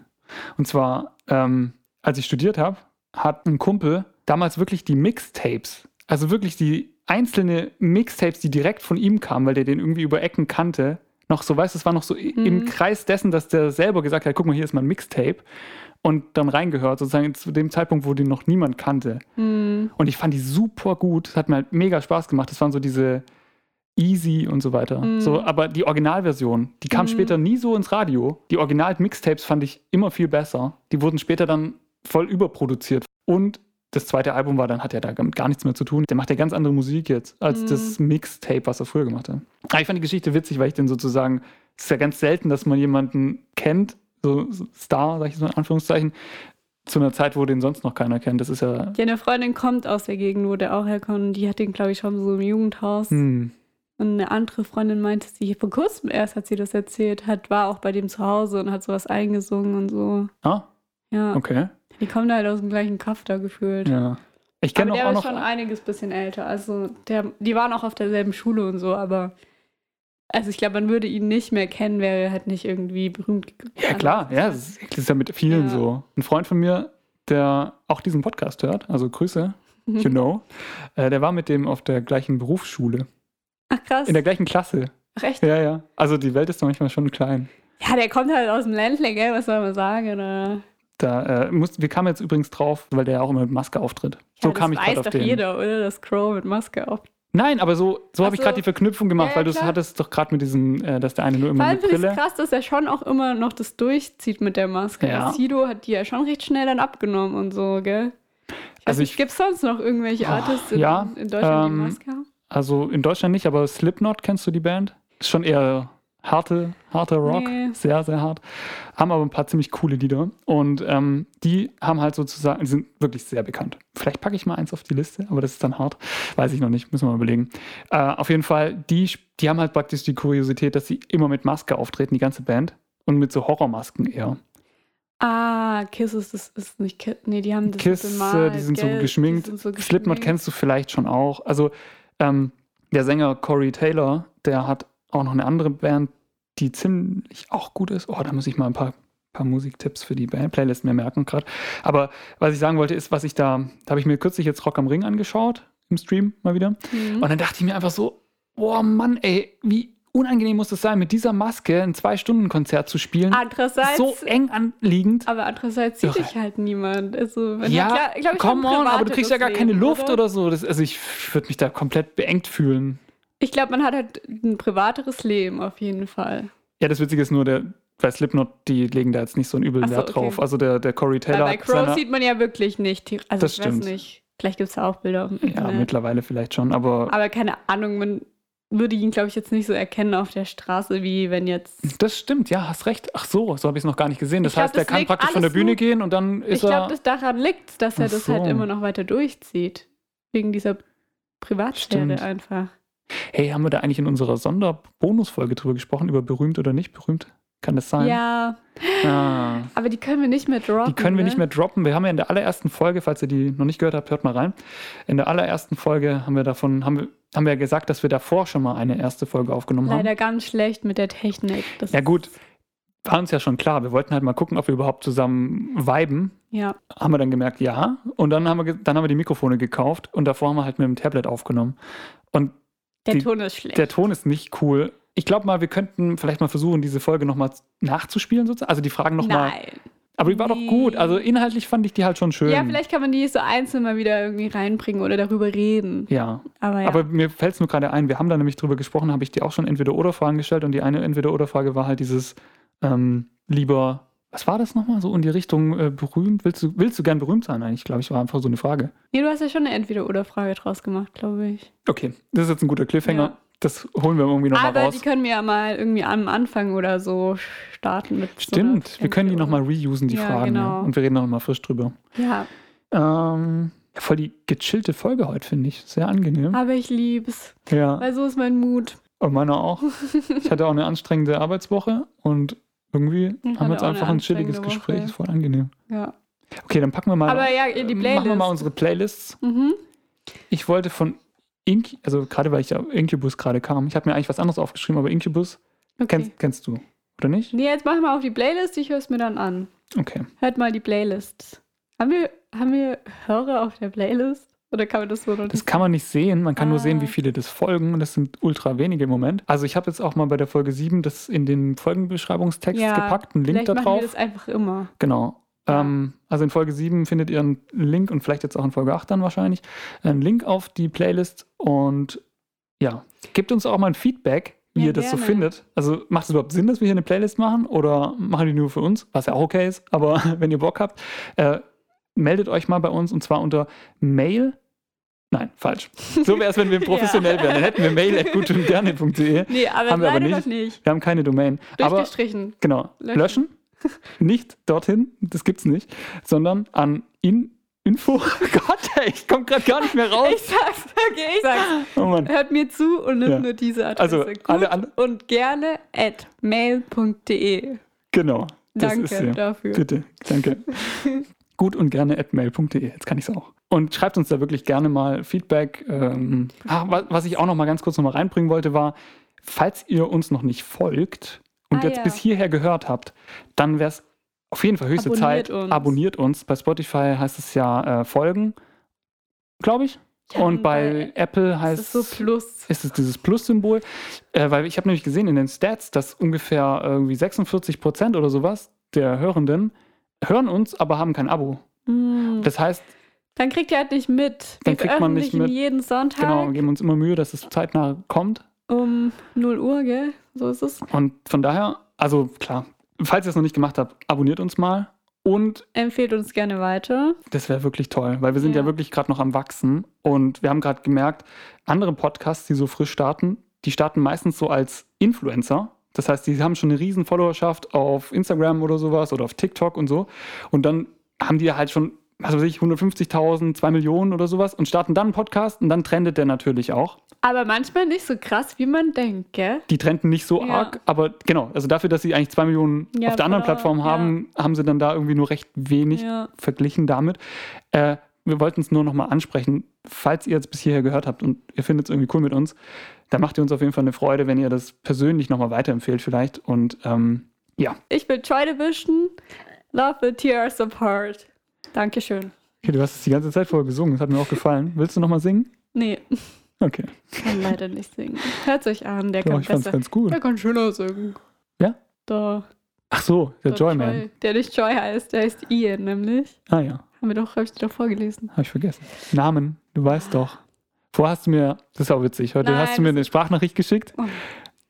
B: Und zwar, ähm, als ich studiert habe, hat ein Kumpel damals wirklich die Mixtapes, also wirklich die einzelne Mixtapes, die direkt von ihm kamen, weil der den irgendwie über Ecken kannte, noch so, weißt du, es war noch so i- im
A: Mhm.
B: Kreis dessen, dass der selber gesagt hat, guck mal, hier ist mein Mixtape. Und dann reingehört, sozusagen zu dem Zeitpunkt, wo den noch niemand kannte.
A: Hm.
B: Und ich fand die super gut. Es hat mir halt mega Spaß gemacht. Das waren so diese Easy und so weiter.
A: Mhm.
B: So, aber die Originalversion, die kam
A: Mhm.
B: später nie so ins Radio. Die Original-Mixtapes fand ich immer viel besser. Die wurden später dann voll überproduziert. Und das zweite Album war dann, hat ja damit gar nichts mehr zu tun. Der macht ja ganz andere Musik jetzt als
A: Mhm.
B: das Mixtape, was er früher gemacht hat. Aber ich fand die Geschichte witzig, weil ich den sozusagen, es ist ja ganz selten, dass man jemanden kennt, so Star, sag ich so in Anführungszeichen, zu einer Zeit, wo den sonst noch keiner kennt. Das ist ja
A: Ja, eine Freundin kommt aus der Gegend, wo der auch herkommt. Und Die hat den, glaube ich, schon so im Jugendhaus.
B: Hm.
A: Und eine andere Freundin meinte, sie vor kurzem erst hat sie das erzählt, hat, war auch bei dem zu Hause und hat sowas eingesungen und so.
B: Ah,
A: Ja.
B: okay.
A: Die kommen halt aus dem gleichen Kaff da gefühlt.
B: Ja. Ich
A: Aber
B: kenne
A: der
B: auch
A: war
B: noch.
A: schon einiges bisschen älter. Also der, die waren auch auf derselben Schule und so, aber also ich glaube, man würde ihn nicht mehr kennen, wäre er halt nicht irgendwie berühmt. ge- also
B: ja, klar. Ja, das ist das ist ja mit vielen
A: Ja.
B: so. Ein Freund von mir, der auch diesen Podcast hört, also Grüße,
A: Mhm. Hm.
B: you know, äh, der war mit dem auf der gleichen Berufsschule.
A: Ach krass.
B: In der gleichen Klasse.
A: Ach echt?
B: Ja, ja. Also die Welt ist doch manchmal schon klein.
A: Ja, der kommt halt aus dem Ländle, gell? Was soll man sagen? Oder?
B: Da, äh, muss, wir kamen jetzt übrigens drauf, weil der ja auch immer mit Maske auftritt. So
A: ja,
B: kam ich
A: das
B: gerade
A: weiß
B: auf
A: doch
B: den.
A: jeder, oder? Das Crow mit Maske auf.
B: Nein, aber so, so
A: Ach
B: habe ich
A: so.
B: gerade die Verknüpfung
A: Also
B: gemacht,
A: Ja, ja,
B: weil du
A: klar.
B: hattest doch gerade mit diesem, äh, dass der eine nur
A: Vor
B: immer
A: allem
B: eine
A: finde ich
B: Brille.
A: es krass, dass er schon auch immer noch das durchzieht mit der Maske. Also
B: Ja.
A: Sido hat die ja schon recht schnell dann abgenommen und so, gell? Ich
B: Also
A: also
B: ich-
A: gibt es sonst noch irgendwelche
B: Oh,
A: Artists in,
B: ja,
A: in Deutschland, die
B: ähm,
A: Maske haben?
B: Also in Deutschland nicht, aber Slipknot, kennst du die Band? Ist schon eher harte, harter Rock.
A: Nee.
B: Sehr, sehr hart. Haben aber ein paar ziemlich coole Lieder. Und ähm, die haben halt sozusagen, die sind wirklich sehr bekannt. Vielleicht packe ich mal eins auf die Liste, aber das ist dann hart. Weiß ich noch nicht, müssen wir mal überlegen. Äh, auf jeden Fall, die, sp- die haben halt praktisch die Kuriosität, dass sie immer mit Maske auftreten, die ganze Band. Und mit so Horrormasken eher.
A: Ah, Kiss ist, das ist nicht Kiss. Nee, die haben das
B: Kiss,
A: bemalt,
B: äh, die sind so
A: gell?
B: geschminkt.
A: Die sind so
B: Slipknot
A: geschminkt.
B: kennst du vielleicht schon auch. Also ähm, der Sänger Corey Taylor, der hat auch noch eine andere Band, die ziemlich auch gut ist. Oh, da muss ich mal ein paar, paar Musiktipps für die Band Playlist mir merken gerade. Aber was ich sagen wollte ist, was ich da, da habe ich mir kürzlich jetzt Rock am Ring angeschaut im Stream mal wieder.
A: Mhm.
B: Und dann dachte ich mir einfach so, oh Mann, ey, wie unangenehm muss das sein, mit dieser Maske ein Zwei-Stunden-Konzert zu spielen.
A: Andererseits,
B: so eng anliegend.
A: aber andererseits sieht
B: Irre.
A: dich halt niemand. Also, wenn
B: Ja,
A: klar, glaub ich,
B: Come
A: hat ein
B: on, aber du kriegst ja gar
A: privateres
B: keine
A: Leben,
B: Luft oder, so. Das, also ich würde mich da komplett beengt fühlen.
A: Ich glaube, man hat halt ein privateres Leben auf jeden Fall.
B: Ja, das Witzige ist nur, der, bei Slipknot, die legen da jetzt nicht so einen übeln
A: Ach so,
B: Wert
A: okay.
B: drauf. Also der, der Corey
A: Weil
B: Taylor.
A: bei
B: hat
A: Crow
B: seiner-
A: sieht man ja wirklich nicht. die- Also,
B: Das
A: ich weiß
B: stimmt.
A: nicht. Vielleicht gibt es ja auch Bilder. auf dem
B: ja,
A: Internet.
B: mittlerweile vielleicht schon, aber
A: Ne. Aber keine Ahnung, man würde ihn, glaube ich, jetzt nicht so erkennen auf der Straße, wie wenn jetzt.
B: das stimmt, ja, hast recht. Ach so, so habe ich es noch gar nicht gesehen. Das
A: Ich glaub,
B: heißt, der
A: das
B: kann
A: liegt
B: praktisch von der
A: alles
B: Bühne
A: nur-
B: gehen und dann ist
A: ich glaube,
B: er.
A: das daran liegt, dass er
B: Ach
A: das
B: so.
A: halt immer noch weiter durchzieht. Wegen dieser Privatsphäre
B: Stimmt.
A: einfach.
B: Hey, haben wir da eigentlich in unserer Sonderbonusfolge drüber gesprochen, über berühmt oder nicht berühmt? Kann das sein?
A: Ja,
B: Ah.
A: aber die können wir nicht mehr droppen.
B: Die können wir
A: ne?
B: nicht mehr droppen. Wir haben ja in der allerersten Folge, falls ihr die noch nicht gehört habt, hört mal rein. In der allerersten Folge haben wir davon, haben wir, haben wir ja gesagt, dass wir davor schon mal eine erste Folge aufgenommen
A: Leider
B: haben.
A: ganz schlecht mit der Technik. Das
B: Ja, gut. war uns ja schon klar. Wir wollten halt mal gucken, ob wir überhaupt zusammen viben.
A: Ja.
B: Haben wir dann gemerkt, ja. Und dann haben wir, ge- dann haben wir die Mikrofone gekauft und davor haben wir halt mit dem Tablet aufgenommen. Und
A: Der
B: Die-
A: Ton ist schlecht.
B: der Ton ist nicht cool. Ich glaube mal, wir könnten vielleicht mal versuchen, diese Folge nochmal nachzuspielen, sozusagen. Also die Fragen nochmal.
A: Nein.
B: Aber die war doch gut. Also inhaltlich fand ich die halt schon schön.
A: Ja, vielleicht kann man die so einzeln mal wieder irgendwie reinbringen oder darüber reden.
B: Ja.
A: Aber ja.
B: Aber mir fällt es nur gerade ein, wir haben da nämlich drüber gesprochen, habe ich dir auch schon Entweder-Oder-Fragen gestellt und die eine Entweder-Oder-Frage war halt dieses ähm, lieber, was war das nochmal? So in die Richtung äh, berühmt, willst du, willst du gern berühmt sein eigentlich, glaube ich, war einfach so eine Frage.
A: nee, du hast ja schon eine Entweder-Oder-Frage draus gemacht, glaube ich.
B: Okay, das ist jetzt ein guter Cliffhanger.
A: Ja.
B: Das holen wir irgendwie nochmal
A: Aber die
B: raus.
A: können wir ja mal irgendwie am Anfang oder so starten. Mit
B: Stimmt,
A: so
B: wir können die nochmal reusen, die
A: Ja,
B: Fragen. Ja.
A: genau.
B: Und wir reden da nochmal frisch drüber.
A: Ja,
B: Ähm, ja, voll die gechillte Folge heute, finde ich. Sehr angenehm.
A: aber ich lieb's.
B: Ja.
A: Ah, Weil so ist mein Mut.
B: Und Oh, meiner auch. Ich hatte auch eine anstrengende Arbeitswoche und irgendwie
A: Ich
B: haben
A: hatte
B: wir jetzt
A: auch eine
B: einfach ein chilliges
A: anstrengende
B: Gespräch.
A: Woche.
B: Ist voll angenehm.
A: Ja.
B: Okay, dann packen wir mal.
A: Aber ja, die Playlist.
B: Machen wir mal unsere Playlists.
A: Mhm.
B: Ich wollte von Ink, also gerade weil ich ja Incubus gerade kam, ich habe mir eigentlich was anderes aufgeschrieben, aber Incubus
A: Okay.
B: kennst, kennst du, oder nicht?
A: nee, jetzt machen wir auch die Playlist. Ich höre es mir dann an.
B: Okay.
A: Hört mal die Playlist. Haben wir, haben wir Hörer auf der Playlist? Oder kann man das so noch
B: Das kann man nicht sehen, man kann nur
A: Ah.
B: sehen, wie viele das folgen und das sind ultra wenige im Moment. Also ich habe jetzt auch mal bei der Folge 7 das in den Folgenbeschreibungstext
A: Ja,
B: gepackt, einen Link
A: Vielleicht
B: da
A: machen wir
B: drauf.
A: das einfach immer.
B: Genau.
A: Ja.
B: Ähm, also in Folge 7 findet ihr einen Link und vielleicht jetzt auch in Folge 8 dann wahrscheinlich einen Link auf die Playlist und ja, gebt uns auch mal ein Feedback, wie
A: Ja,
B: ihr das so
A: gerne.
B: findet. Also macht es überhaupt Sinn, dass wir hier eine Playlist machen oder machen wir die nur für uns, was ja auch okay ist, aber *laughs* wenn ihr Bock habt, äh, meldet euch mal bei uns und zwar unter Mail. Nein, falsch. So wäre
A: *laughs*
B: es, wenn wir professionell wären. Dann hätten wir mail at gut und gerne.de.
A: Nee, aber
B: Haben wir
A: leider
B: aber nicht.
A: noch nicht.
B: Wir haben keine Domain. Aber
A: Durchgestrichen.
B: Genau. Löschen.
A: Löschen.
B: Nicht dorthin, das gibt's nicht, sondern an in Info. *laughs* Oh Gott, ey, ich komme gerade gar nicht mehr
A: Ich
B: raus.
A: sag's, okay, ich sag's.
B: Oh Mann.
A: Hört mir zu und nimmt
B: Ja.
A: nur diese Adresse.
B: Also alle an,
A: und gerne at mail.de.
B: genau. Das
A: Danke
B: ist sie.
A: dafür.
B: Bitte, danke. Gut und gerne at mail.de, jetzt kann ich es auch. Und schreibt uns da wirklich gerne mal Feedback. Ähm, ah, wa- was ich auch noch mal ganz kurz noch mal reinbringen wollte, war, falls ihr uns noch nicht folgt und
A: Ah,
B: jetzt
A: ja.
B: bis hierher gehört habt, dann wäre es auf jeden Fall höchste
A: Abonniert
B: Zeit,
A: uns.
B: abonniert uns. Bei Spotify heißt es ja äh, folgen, glaube ich.
A: Ja,
B: und
A: und
B: bei
A: bei
B: Apple
A: Das
B: heißt
A: ist so plus.
B: ist es dieses Plus-Symbol, äh, weil ich habe nämlich gesehen in den Stats, dass ungefähr irgendwie 46 Prozent oder sowas der Hörenden hören uns, aber haben kein Abo.
A: Mm.
B: Das heißt,
A: Dann kriegt ihr halt nicht mit.
B: Dann
A: Wir
B: kriegt man nicht
A: veröffentlichen
B: mit.
A: jeden Sonntag
B: genau, wir geben uns immer Mühe, dass es zeitnah kommt.
A: um 0 Uhr, gell? So ist es.
B: Und von daher, also klar, falls ihr es noch nicht gemacht habt, abonniert uns mal. Und
A: Empfehlt uns gerne weiter.
B: Das wäre wirklich toll, weil wir sind ja,
A: Ja.
B: wirklich gerade noch am Wachsen und wir haben gerade gemerkt, andere Podcasts, die so frisch starten, die starten meistens so als Influencer. Das heißt, die haben schon eine riesen Followerschaft auf Instagram oder sowas oder auf TikTok und so. Und dann haben die halt schon, was weiß ich, 150.000, 2 Millionen oder sowas und starten dann einen Podcast und dann trendet der natürlich auch.
A: Aber manchmal nicht so krass, wie man denkt, gell?
B: Die trennten nicht so
A: Ja.
B: arg, aber genau, also dafür, dass sie eigentlich 2 Millionen
A: Ja,
B: auf der anderen
A: Follower,
B: Plattform haben, haben sie dann da irgendwie nur recht wenig
A: Ja.
B: verglichen damit. Äh, wir wollten es nur nochmal ansprechen. Falls ihr jetzt bis hierher gehört habt und ihr findet es irgendwie cool mit uns, dann macht ihr uns auf jeden Fall eine Freude, wenn ihr das persönlich nochmal weiterempfehlt vielleicht. Und ähm, ja,
A: Ich bin Joy Division. Love the tears apart. Dankeschön.
B: okay, du hast es die ganze Zeit vorher gesungen, das hat mir auch gefallen. Willst du nochmal singen?
A: Nee,
B: Okay,
A: kann leider nicht singen. Hört euch an, der
B: Doch,
A: kann
B: ich fand es
A: besser.
B: ganz gut.
A: Der kann schöner singen.
B: Ja?
A: Da.
B: Ach so, der Joyman.
A: Joy. Der nicht Joy heißt, der heißt Ian nämlich.
B: Ah ja,
A: Haben wir doch, habe ich dir doch vorgelesen.
B: habe ich vergessen. Namen, du weißt doch. Vorher hast du mir, das ist auch witzig, heute
A: Nein,
B: hast du mir eine Sprachnachricht geschickt.
A: Oh.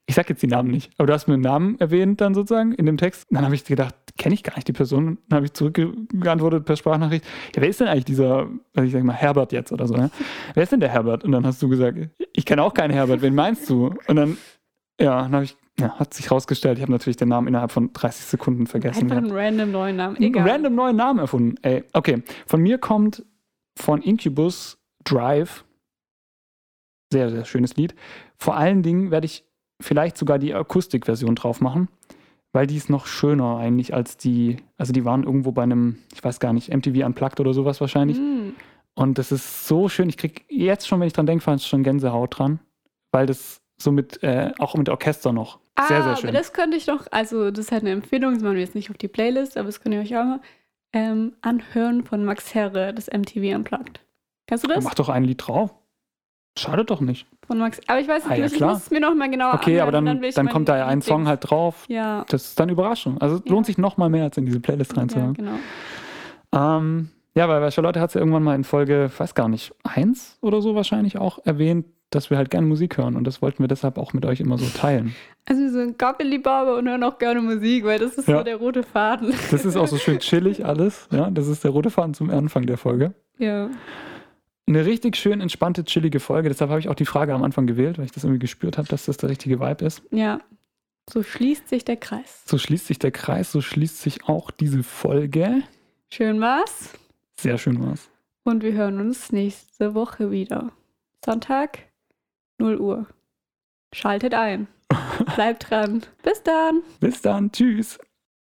B: Ich sag jetzt die Namen nicht, aber du hast mir einen Namen erwähnt dann sozusagen in dem Text. Dann habe ich gedacht, kenne ich gar nicht die Person. Dann habe ich zurückgeantwortet per Sprachnachricht. Ja, wer ist denn eigentlich dieser, was ich sag mal, Herbert jetzt oder so?
A: *laughs*
B: Ne? Wer ist denn der Herbert? Und dann hast du gesagt, ich kenne auch keinen Herbert, wen meinst du? Und dann, ja, dann habe ich, ja, hat sich rausgestellt, ich habe natürlich den Namen innerhalb von 30 Sekunden vergessen.
A: Einfach
B: gehabt
A: einen random neuen Namen. Egal.
B: random neuen Namen erfunden. Ey, okay. Von mir kommt von Incubus Drive. Sehr, sehr schönes Lied. Vor allen Dingen werde ich vielleicht sogar die Akustikversion drauf machen, weil die ist noch schöner eigentlich als die. Also die waren irgendwo bei einem, ich weiß gar nicht, MTV Unplugged oder sowas wahrscheinlich.
A: Mm.
B: Und das ist so schön. Ich kriege jetzt schon, wenn ich dran denke, schon Gänsehaut dran, weil das so mit, äh, auch mit Orchester noch.
A: Ah,
B: Sehr, sehr schön.
A: aber das könnte ich noch, also das ist halt eine Empfehlung, das machen wir jetzt nicht auf die Playlist, aber das könnt ihr euch auch mal ähm, anhören von Max Herre, das MTV Unplugged. Kannst du das?
B: Mach doch ein Lied drauf. Schadet doch nicht.
A: Von Max. Aber ich weiß
B: Ah,
A: nicht,
B: ja,
A: ich
B: klar.
A: muss es mir noch mal genauer
B: Okay,
A: anhören,
B: aber dann,
A: und Ah, will
B: dann,
A: ich meinen
B: kommt da ja ein
A: Lieblings-
B: Song halt drauf.
A: Ja,
B: Das ist dann Überraschung. Also es
A: Ja.
B: lohnt sich noch mal mehr, als in diese Playlist
A: ja,
B: reinzuhören.
A: genau.
B: Ähm, ja, weil bei Charlotte hat sie irgendwann mal in Folge, weiß gar nicht, eins oder so wahrscheinlich auch erwähnt, dass wir halt gerne Musik hören und das wollten wir deshalb auch mit euch immer so teilen.
A: Also wir sind Gottliebhaber und hören auch gerne Musik, weil das ist
B: Ja.
A: so der rote Faden.
B: Das ist auch so schön chillig alles. Ja, das ist der rote Faden zum Anfang der Folge.
A: *laughs* Ja.
B: Eine richtig schön entspannte, chillige Folge. Deshalb habe ich auch die Frage am Anfang gewählt, weil ich das irgendwie gespürt habe, dass das der richtige Vibe ist.
A: ja. So schließt sich der Kreis.
B: So schließt sich der Kreis, so schließt sich auch diese Folge.
A: Schön war's.
B: Sehr schön war's.
A: Und wir hören uns nächste Woche wieder. Sonntag, 0 Uhr. Schaltet ein. Bleibt dran. Bis dann.
B: Bis dann. Tschüss.